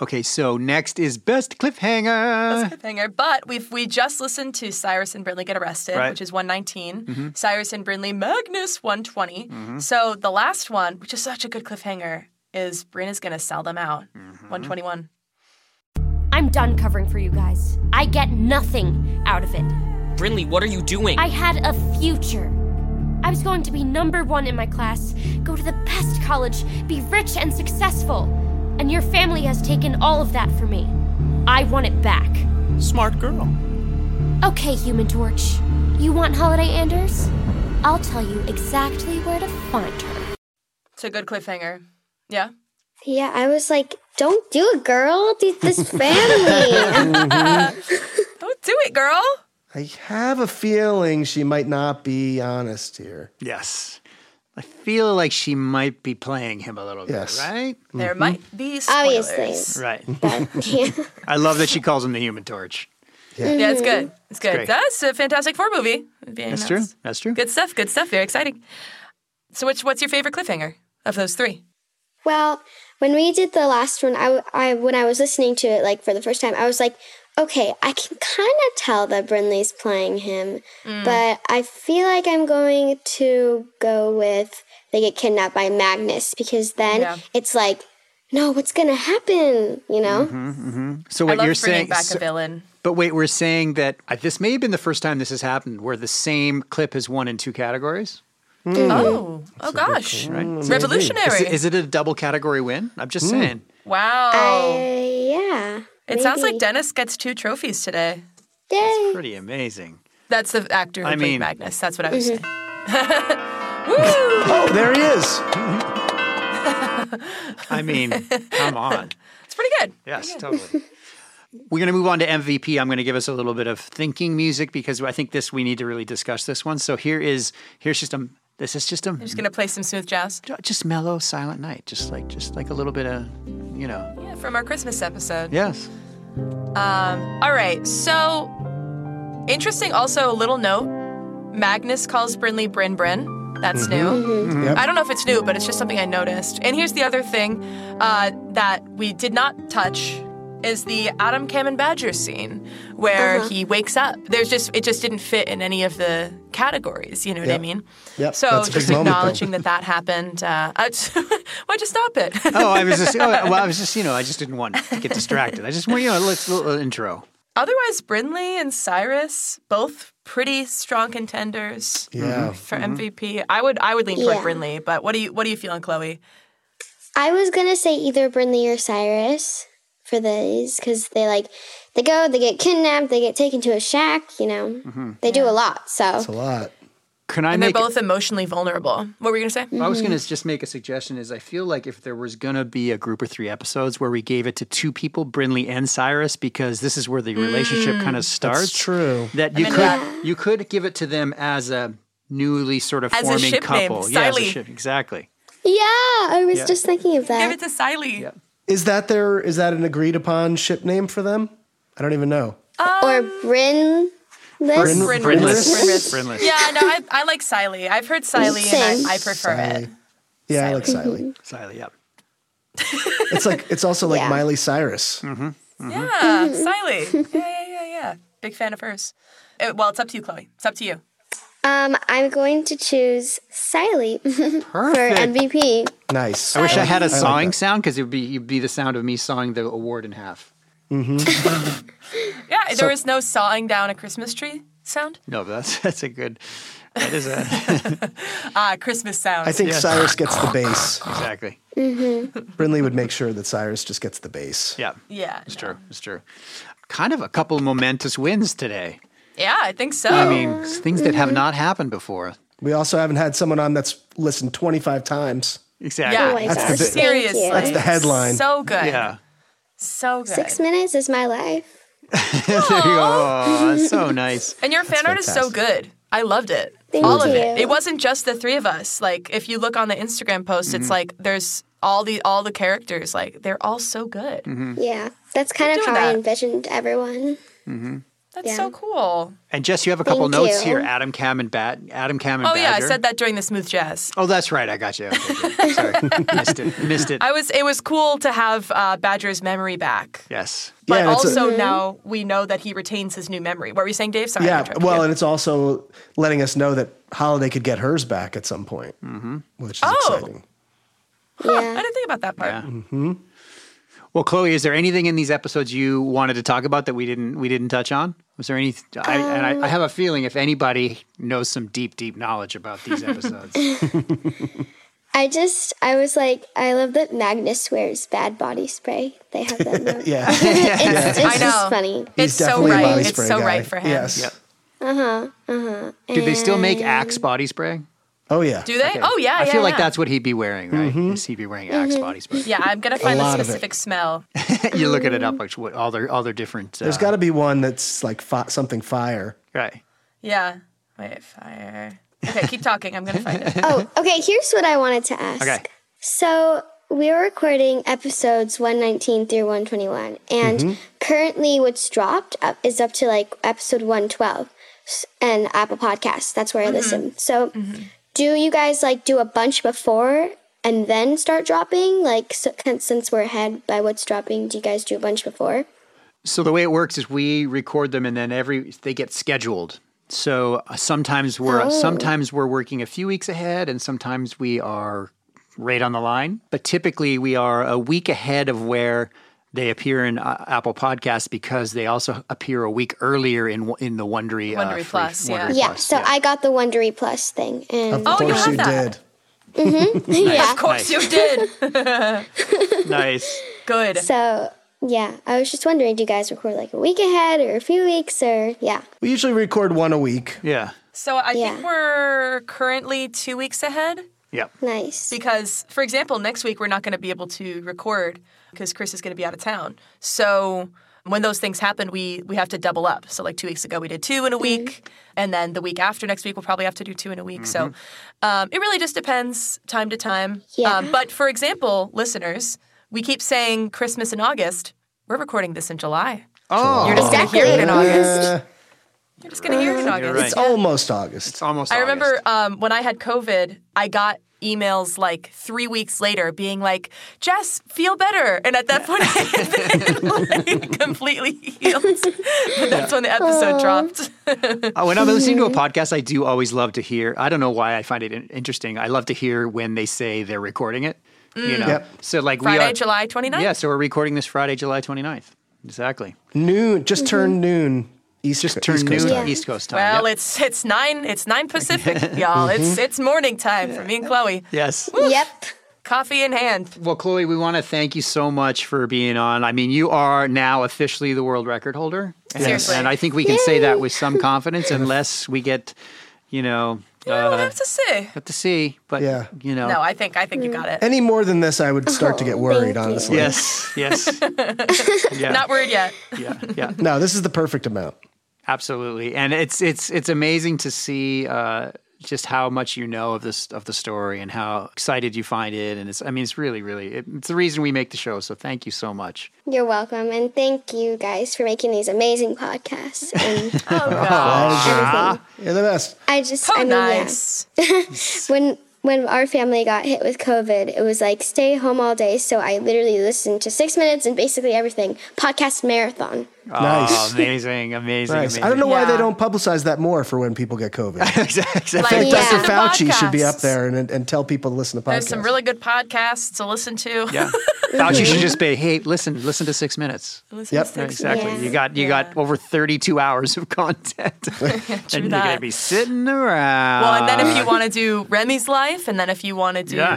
Speaker 8: Okay, so next is best cliffhanger.
Speaker 5: Hanger. But we've we just listened to Cyrus and Brindley get arrested,
Speaker 8: Right.
Speaker 5: which is 119.
Speaker 8: Mhm.
Speaker 5: Cyrus and Brindley Magnus 120.
Speaker 8: Mhm.
Speaker 5: So the last one, which is such a good cliffhanger, is Brina's gonna sell them out.
Speaker 8: Mm-hmm.
Speaker 5: 121.
Speaker 12: I'm done covering for you guys. I get nothing out of it.
Speaker 13: Brinley, what are you doing?
Speaker 12: I had a future. I was going to be number one in my class, go to the best college, be rich and successful. And your family has taken all of that from me. I want it back.
Speaker 21: Smart girl.
Speaker 12: Okay, Human Torch. You want Holiday Anders? I'll tell you exactly where to find her.
Speaker 5: It's a good cliffhanger. Yeah.
Speaker 9: Yeah, I was like, don't do it, girl. Th- This family.
Speaker 5: Don't do it, girl.
Speaker 7: I have a feeling she might not be honest here.
Speaker 8: Yes. I feel like she might be playing him a little bit,
Speaker 7: Yes.
Speaker 8: right?
Speaker 5: There
Speaker 7: Mhm.
Speaker 5: might be spoilers.
Speaker 9: Obviously.
Speaker 8: Right.
Speaker 9: yeah.
Speaker 8: I love that she calls him the human torch.
Speaker 5: Yeah, it's good. It's good.
Speaker 8: Mm-hmm. great.
Speaker 5: That's a Fantastic Four movie. Being
Speaker 8: That's true.
Speaker 5: announced.
Speaker 8: That's true.
Speaker 5: Good stuff. Good stuff. Very exciting. So, which what's your favorite cliffhanger of those three?
Speaker 9: well, when we did the last one, I, w- I- when I was listening to it like for the first time, I was like, okay, I can kind of tell that Brinley's playing him,
Speaker 5: Mm.
Speaker 9: but I feel like I'm going to go with they get kidnapped by Magnus because then
Speaker 8: Yeah.
Speaker 9: it's like, no, what's going to happen? You know?
Speaker 8: hmm hmm So
Speaker 5: Mm-hmm. I
Speaker 8: what
Speaker 5: love
Speaker 8: you're
Speaker 5: bringing
Speaker 8: saying,
Speaker 5: back
Speaker 8: so-
Speaker 5: a villain.
Speaker 8: but wait, we're saying that uh, this may have been the first time this has happened, where the same clip has won in two categories. Hmm.
Speaker 5: Oh, oh gosh,
Speaker 8: Right?
Speaker 5: It's
Speaker 8: Is it-
Speaker 5: revolutionary!
Speaker 8: Is it- is it a double category win? I'm just saying.
Speaker 5: wow.
Speaker 9: Uh, yeah.
Speaker 5: It sounds
Speaker 9: maybe.
Speaker 5: like Dennis gets two trophies today.
Speaker 9: Yay.
Speaker 8: Pretty amazing.
Speaker 5: That's the actor who
Speaker 8: I
Speaker 5: played
Speaker 8: mean-
Speaker 5: Magnus. That's what I was
Speaker 9: Mm-hmm.
Speaker 8: Mhm.
Speaker 5: saying.
Speaker 7: Oh, there he is.
Speaker 8: I mean, come on.
Speaker 5: It's pretty good.
Speaker 8: Yes, totally. We're going to move on to MVP. I'm going to give us a little bit of thinking music because I think this we need to really discuss this one. So here is here's just a this is just a
Speaker 5: I'm just gonna play some smooth jazz
Speaker 8: just mellow silent night, just like just like a little bit of you know
Speaker 5: yeah, from our Christmas episode.
Speaker 8: yes.
Speaker 5: Um, all right. So interesting. Also, a little note. Magnus calls Brinley Bryn Bryn. That's
Speaker 3: Mhm.
Speaker 5: new.
Speaker 3: Mhm. Yep.
Speaker 5: I don't know if it's new, but it's just something I noticed. And here's the other thing uh, that we did not touch is the Adam Cannon Badger scene where
Speaker 3: Uh-huh.
Speaker 5: he wakes up. There's just it just didn't fit in any of the categories. You know what I
Speaker 3: Yep.
Speaker 5: mean?
Speaker 3: Yep,
Speaker 5: So
Speaker 3: that's a big
Speaker 5: just
Speaker 3: moment, though.
Speaker 5: acknowledging that that happened. Uh, I just- why'd you stop it?
Speaker 8: Oh, I was just oh, well, I was just you know I just didn't want to get distracted. I just want you know let's little intro.
Speaker 5: Otherwise, Brinley and Cyrus both pretty strong contenders.
Speaker 8: Yeah.
Speaker 5: for
Speaker 8: Mhm.
Speaker 5: MVP. I would I would lean toward
Speaker 9: Yeah.
Speaker 5: Brinley, but what do you what do you feeling, Chloe?
Speaker 9: I was gonna say either Brinley or Cyrus for these because they like they go, they get kidnapped, they get taken to a shack. You know,
Speaker 8: Mm-hmm.
Speaker 9: they do a lot. So
Speaker 7: lot.
Speaker 8: Can I
Speaker 5: and
Speaker 8: make
Speaker 5: they're both emotionally vulnerable. What were you gonna say?
Speaker 8: I was going to just make a suggestion is I feel like if there was going to be a group of three episodes where we gave it to two people, Brinley and Cyrus, because this is where the relationship
Speaker 7: Mm.
Speaker 8: kind of
Speaker 7: That's
Speaker 8: starts.
Speaker 7: true.
Speaker 8: That
Speaker 7: I'm
Speaker 8: you
Speaker 7: into
Speaker 8: could
Speaker 7: that.
Speaker 8: you could give it to them as a newly sort of
Speaker 5: As a
Speaker 8: forming
Speaker 5: ship name,
Speaker 8: couple. yeah, as a
Speaker 5: Siley.
Speaker 8: ship, exactly.
Speaker 9: yeah, I was
Speaker 7: Yeah.
Speaker 9: just thinking of that.
Speaker 5: Give it to Siley.
Speaker 7: Is that their is that an agreed upon ship name for them? I don't even know.
Speaker 9: Mm-hmm.
Speaker 5: Um,
Speaker 9: or Brin.
Speaker 7: Brin- Brinless. Brinless. Brinless. Brinless.
Speaker 5: Yeah, no, I, I like Siley. I've heard Siley and I, I prefer it.
Speaker 7: Siley. Yeah, I like Siley.
Speaker 8: Siley, yep.
Speaker 7: It's like it's also like
Speaker 5: Yeah.
Speaker 7: Miley Cyrus.
Speaker 8: Mm-hmm.
Speaker 7: Mm-hmm.
Speaker 5: Yeah,
Speaker 9: Mm-hmm.
Speaker 5: Siley. Yeah, yeah, yeah, yeah. Big fan of hers. Uh, well, it's up to you, Chloe. It's up to you.
Speaker 9: Um, I'm going to choose Siley for
Speaker 8: Perfect.
Speaker 9: MVP.
Speaker 7: Nice.
Speaker 8: I wish I had a
Speaker 7: like that.
Speaker 8: sawing sound because it would be it'd be the sound of me sawing the award in half. Mm-hmm.
Speaker 5: Yeah,
Speaker 8: So-
Speaker 5: there was no sawing down a Christmas tree sound.
Speaker 8: no, but that's that's a good. That is a.
Speaker 5: Ah, Christmas sound.
Speaker 7: I think
Speaker 5: Yes.
Speaker 7: Cyrus gets the bass.
Speaker 8: Exactly.
Speaker 5: Mm-hmm.
Speaker 7: Brinley would make sure that Cyrus just gets the bass.
Speaker 8: Yeah.
Speaker 5: Yeah.
Speaker 8: It's true. It's true. Kind of a couple momentous wins today.
Speaker 5: Yeah, I think so.
Speaker 8: I mean, things that have not happened before.
Speaker 7: We also haven't had someone on that's listened 25 times.
Speaker 8: Exactly.
Speaker 5: Yeah, Oh my
Speaker 7: that's, the,
Speaker 5: gosh. Seriously.
Speaker 7: that's the headline.
Speaker 5: So good.
Speaker 8: Yeah.
Speaker 5: So good.
Speaker 9: Six minutes is my life.
Speaker 8: there you go. Aw, that's so nice.
Speaker 5: And your fan art is so good. I loved it.
Speaker 9: Thank
Speaker 5: all of it.
Speaker 9: you.
Speaker 5: It wasn't just the three of us. Like if you look on the Instagram post, it's
Speaker 9: Mhm.
Speaker 8: Mm-hmm.
Speaker 5: like there's all the all the characters. Like they're all so good.
Speaker 8: Mm. Mm-hmm,
Speaker 9: Yeah, that's kind of
Speaker 5: doing
Speaker 9: how I
Speaker 5: that.
Speaker 9: envisioned everyone.
Speaker 8: hmm
Speaker 5: That's so cool.
Speaker 8: And Jess, you have a couple
Speaker 9: Thank
Speaker 8: notes
Speaker 9: you.
Speaker 8: here. Adam Cam and Bat. Adam Cam and
Speaker 5: Oh
Speaker 8: Badger.
Speaker 5: yeah, I said that during the smooth jazz.
Speaker 8: Oh, that's right. I got you. Okay, good. Sorry, missed it. Missed it.
Speaker 5: I was. It was cool to have uh, Badger's memory back,
Speaker 8: yes.
Speaker 5: but
Speaker 7: Yeah, it's a-
Speaker 5: also
Speaker 9: Mm-hmm.
Speaker 7: Mhm.
Speaker 5: now we know that he retains his new memory. What were you saying, Dave? Sorry. I
Speaker 7: yeah,
Speaker 5: interrupted
Speaker 7: well,
Speaker 5: you.
Speaker 7: and it's also letting us know that Holiday could get hers back at some point, mm-hmm. which is
Speaker 5: Oh.
Speaker 7: exciting.
Speaker 5: Huh, I didn't think about that part.
Speaker 7: Mm-hmm.
Speaker 8: Well, Chloe, is there anything in these episodes you wanted to talk about that we didn't we didn't touch on? Was there any? I, and
Speaker 9: Um,
Speaker 8: I, I have a feeling if anybody knows some deep, deep knowledge about these episodes,
Speaker 9: I just, I was like, I love that Magnus wears bad body spray. They have that. now.
Speaker 7: Yeah.
Speaker 9: it's, it's
Speaker 7: I
Speaker 9: just
Speaker 7: know.
Speaker 9: funny.
Speaker 7: He's
Speaker 5: It's so
Speaker 7: definitely a
Speaker 5: right.
Speaker 7: body
Speaker 5: It's
Speaker 7: spray
Speaker 5: so
Speaker 7: guy.
Speaker 5: right for him.
Speaker 7: Yes.
Speaker 8: Yep.
Speaker 9: Uh huh. Uh huh.
Speaker 8: do they still make Axe body spray?
Speaker 7: Oh yeah. Mm-hmm.
Speaker 5: Do they? Oh, yeah,
Speaker 8: I
Speaker 5: yeah,
Speaker 8: feel like
Speaker 5: yeah. Mm-hmm.
Speaker 8: that's what he'd be wearing, right? Is he'd be
Speaker 9: Mm-hmm.
Speaker 8: wearing Axe body spray?
Speaker 5: Yeah, I'm gonna
Speaker 8: A
Speaker 5: find the
Speaker 8: lot of it.
Speaker 5: specific smell.
Speaker 8: You're looking it up, like what all their all their different. Uh,
Speaker 7: There's got to be one that's like fi- something fire.
Speaker 8: right.
Speaker 5: Yeah. Wait, fire. Okay, keep talking. I'm gonna find it.
Speaker 9: oh, okay. Here's what I wanted to ask.
Speaker 5: Okay.
Speaker 9: So we are recording episodes 119 through 121, and
Speaker 5: Mm-hmm.
Speaker 1: Mhm.
Speaker 9: currently what's dropped up is up to like episode 112 s- and Apple Podcasts. That's where I
Speaker 5: Mm-hmm.
Speaker 9: listen. So, do you guys like do a bunch before? And then start dropping, like so, since we're ahead by what's dropping. Do you guys do a bunch before?
Speaker 8: So the way it works is we record them and then every they get scheduled. So uh, sometimes we're
Speaker 1: Oh.
Speaker 8: sometimes we're working a few weeks ahead and sometimes we are right on the line, but typically we are a week ahead of where they appear in uh, Apple Podcasts because they also appear a week earlier in in the Wondery, uh, free- Wondery
Speaker 9: yeah.
Speaker 8: Plus.
Speaker 9: So I got the Wondery Plus thing, and
Speaker 5: Oh,
Speaker 9: Mm-hmm.
Speaker 8: Nice.
Speaker 9: Yeah.
Speaker 8: Of course you Nice.
Speaker 9: did.
Speaker 8: nice.
Speaker 5: Good.
Speaker 9: So yeah, I was just wondering, do you guys record like a week ahead or a few weeks or yeah?
Speaker 7: We usually record one a week.
Speaker 8: Yeah.
Speaker 5: So I think we're currently two weeks ahead.
Speaker 8: Yep.
Speaker 9: Nice.
Speaker 5: Because, for example, next week we're not going to be able to record because Chris is going to be out of town. So when those things happen, we we have to double up. So like two weeks ago we did two in a week,
Speaker 9: Mm-hmm.
Speaker 5: and then the week after next week we'll probably have to do two in a week. So um, it really just depends time to time.
Speaker 9: Yeah.
Speaker 5: Um, but for example, listeners, we keep saying Christmas in August. We're recording this in July.
Speaker 7: Oh,
Speaker 5: You're just gonna hear it in August. You're just gonna hear it in August.
Speaker 7: It's almost August.
Speaker 8: It's almost.
Speaker 5: I remember um, when I had COVID, I got emails like three weeks later being like, Jess, feel better. And at that point, I had been, like, completely healed. But that's when the episode
Speaker 9: Aw.
Speaker 5: dropped.
Speaker 8: Uh, when I'm listening to a podcast, I do always love to hear. I don't know why I find it in- interesting. I love to hear when they say they're recording it. You
Speaker 5: Mm.
Speaker 8: know,
Speaker 5: Yep.
Speaker 8: so like we
Speaker 5: Friday,
Speaker 8: are,
Speaker 5: July 29th?
Speaker 8: Yeah, so we're recording this Friday, July 29th. Exactly.
Speaker 7: Noon, just
Speaker 5: Mhm.
Speaker 7: turned noon. East, just
Speaker 8: turned
Speaker 7: East Coast
Speaker 8: noon
Speaker 7: time.
Speaker 8: East Coast time.
Speaker 5: Well,
Speaker 8: yep.
Speaker 5: it's it's nine it's nine Pacific, y'all. It's
Speaker 8: Mhm.
Speaker 5: it's morning time for me and Chloe.
Speaker 8: Yes.
Speaker 9: Yep.
Speaker 5: Coffee in hand.
Speaker 8: Well, Chloe, we want to thank you so much for being on. I mean, you are now officially the world record holder. And,
Speaker 5: Seriously.
Speaker 8: and I think we can say that with some confidence, unless we get, you know,
Speaker 5: I
Speaker 8: uh,
Speaker 5: don't have to say.
Speaker 8: have to see. But yeah. you know,
Speaker 5: No, Oh, I think I think you got it.
Speaker 7: Any more than this, I would start to get worried, honestly.
Speaker 8: Yes, yes. yeah.
Speaker 5: Not worried yet.
Speaker 8: yeah, yeah.
Speaker 7: No, this is the perfect amount.
Speaker 8: uh, Absolutely, and it's it's it's amazing to see uh, just how much you know of this of the story and how excited you find it, and it's I mean it's really really it, it's the reason we make the show. So thank you so much.
Speaker 9: You're welcome, and thank you guys for making these amazing podcasts. And
Speaker 8: Oh,
Speaker 7: Aw. You're the best.
Speaker 9: I just,
Speaker 5: Oh,
Speaker 9: I mean,
Speaker 5: nice.
Speaker 9: yeah. when when our family got hit with COVID, it was like stay home all day. So I literally listened to six minutes and basically everything podcast marathon.
Speaker 7: Nice.
Speaker 8: Oh, amazing, amazing,
Speaker 7: Nice.
Speaker 8: amazing.
Speaker 7: I don't know why they don't publicize that more for when people get COVID.
Speaker 8: exactly.
Speaker 7: I think
Speaker 5: Like,
Speaker 7: Dr.
Speaker 5: yeah.
Speaker 7: Fauci should be up
Speaker 5: podcasts.
Speaker 7: there and, and tell people to listen to podcasts.
Speaker 5: There's some really good podcasts to listen to.
Speaker 8: Yeah. Fauci should just be hey, listen, listen to six minutes.
Speaker 5: Listen to Yep. Six
Speaker 8: exactly.
Speaker 5: Minutes.
Speaker 8: You got you got over thirty two hours of content, and you're gonna
Speaker 5: that.
Speaker 8: be sitting around.
Speaker 5: Well, and then if you want to do Remy's life, and then if you want to do
Speaker 8: Yeah.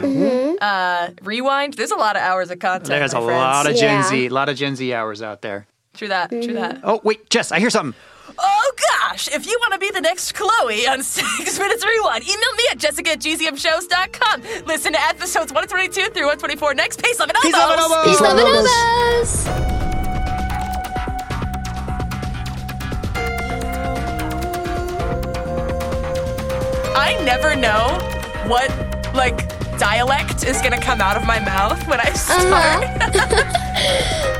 Speaker 8: Mhm.
Speaker 7: Mm-hmm.
Speaker 5: uh, rewind, there's a lot of hours of content.
Speaker 8: there's a
Speaker 5: my friends.
Speaker 8: lot of Gen Z, a lot of Gen Z hours out there.
Speaker 5: True that.
Speaker 7: Mm-hmm.
Speaker 5: True that.
Speaker 8: Oh wait, Jess, I hear something.
Speaker 5: Oh gosh! If you want to be the next Chloe on Six Minutes Rewind, email me at jessica at gzmshows.com. Listen to episodes 122 through 124 next. Peace, love, and
Speaker 7: Peace,
Speaker 5: elbows.
Speaker 7: love, and elbows. Peace, love, and
Speaker 9: elbows.
Speaker 5: I never know what like dialect is gonna come out of my mouth when I start.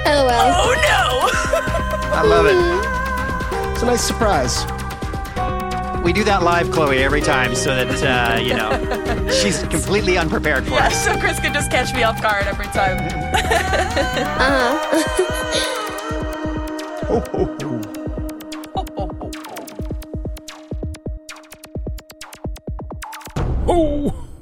Speaker 9: oh well.
Speaker 5: Oh
Speaker 8: I love it.
Speaker 7: It's a nice surprise.
Speaker 8: We do that live, Chloe, every time, so that uh, you know she's completely unprepared
Speaker 5: no!
Speaker 8: for
Speaker 5: Yeah,
Speaker 8: us.
Speaker 5: so Chris could just catch me off guard every time.
Speaker 4: Oh,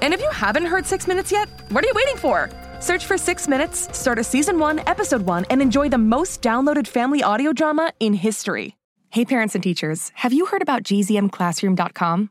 Speaker 4: And if you haven't heard Six Minutes yet, what are you waiting for? Search for Six Minutes, start a season one, episode one, and enjoy the most downloaded family audio drama in history. Hey, parents and teachers, have you heard about gzmclassroom.com?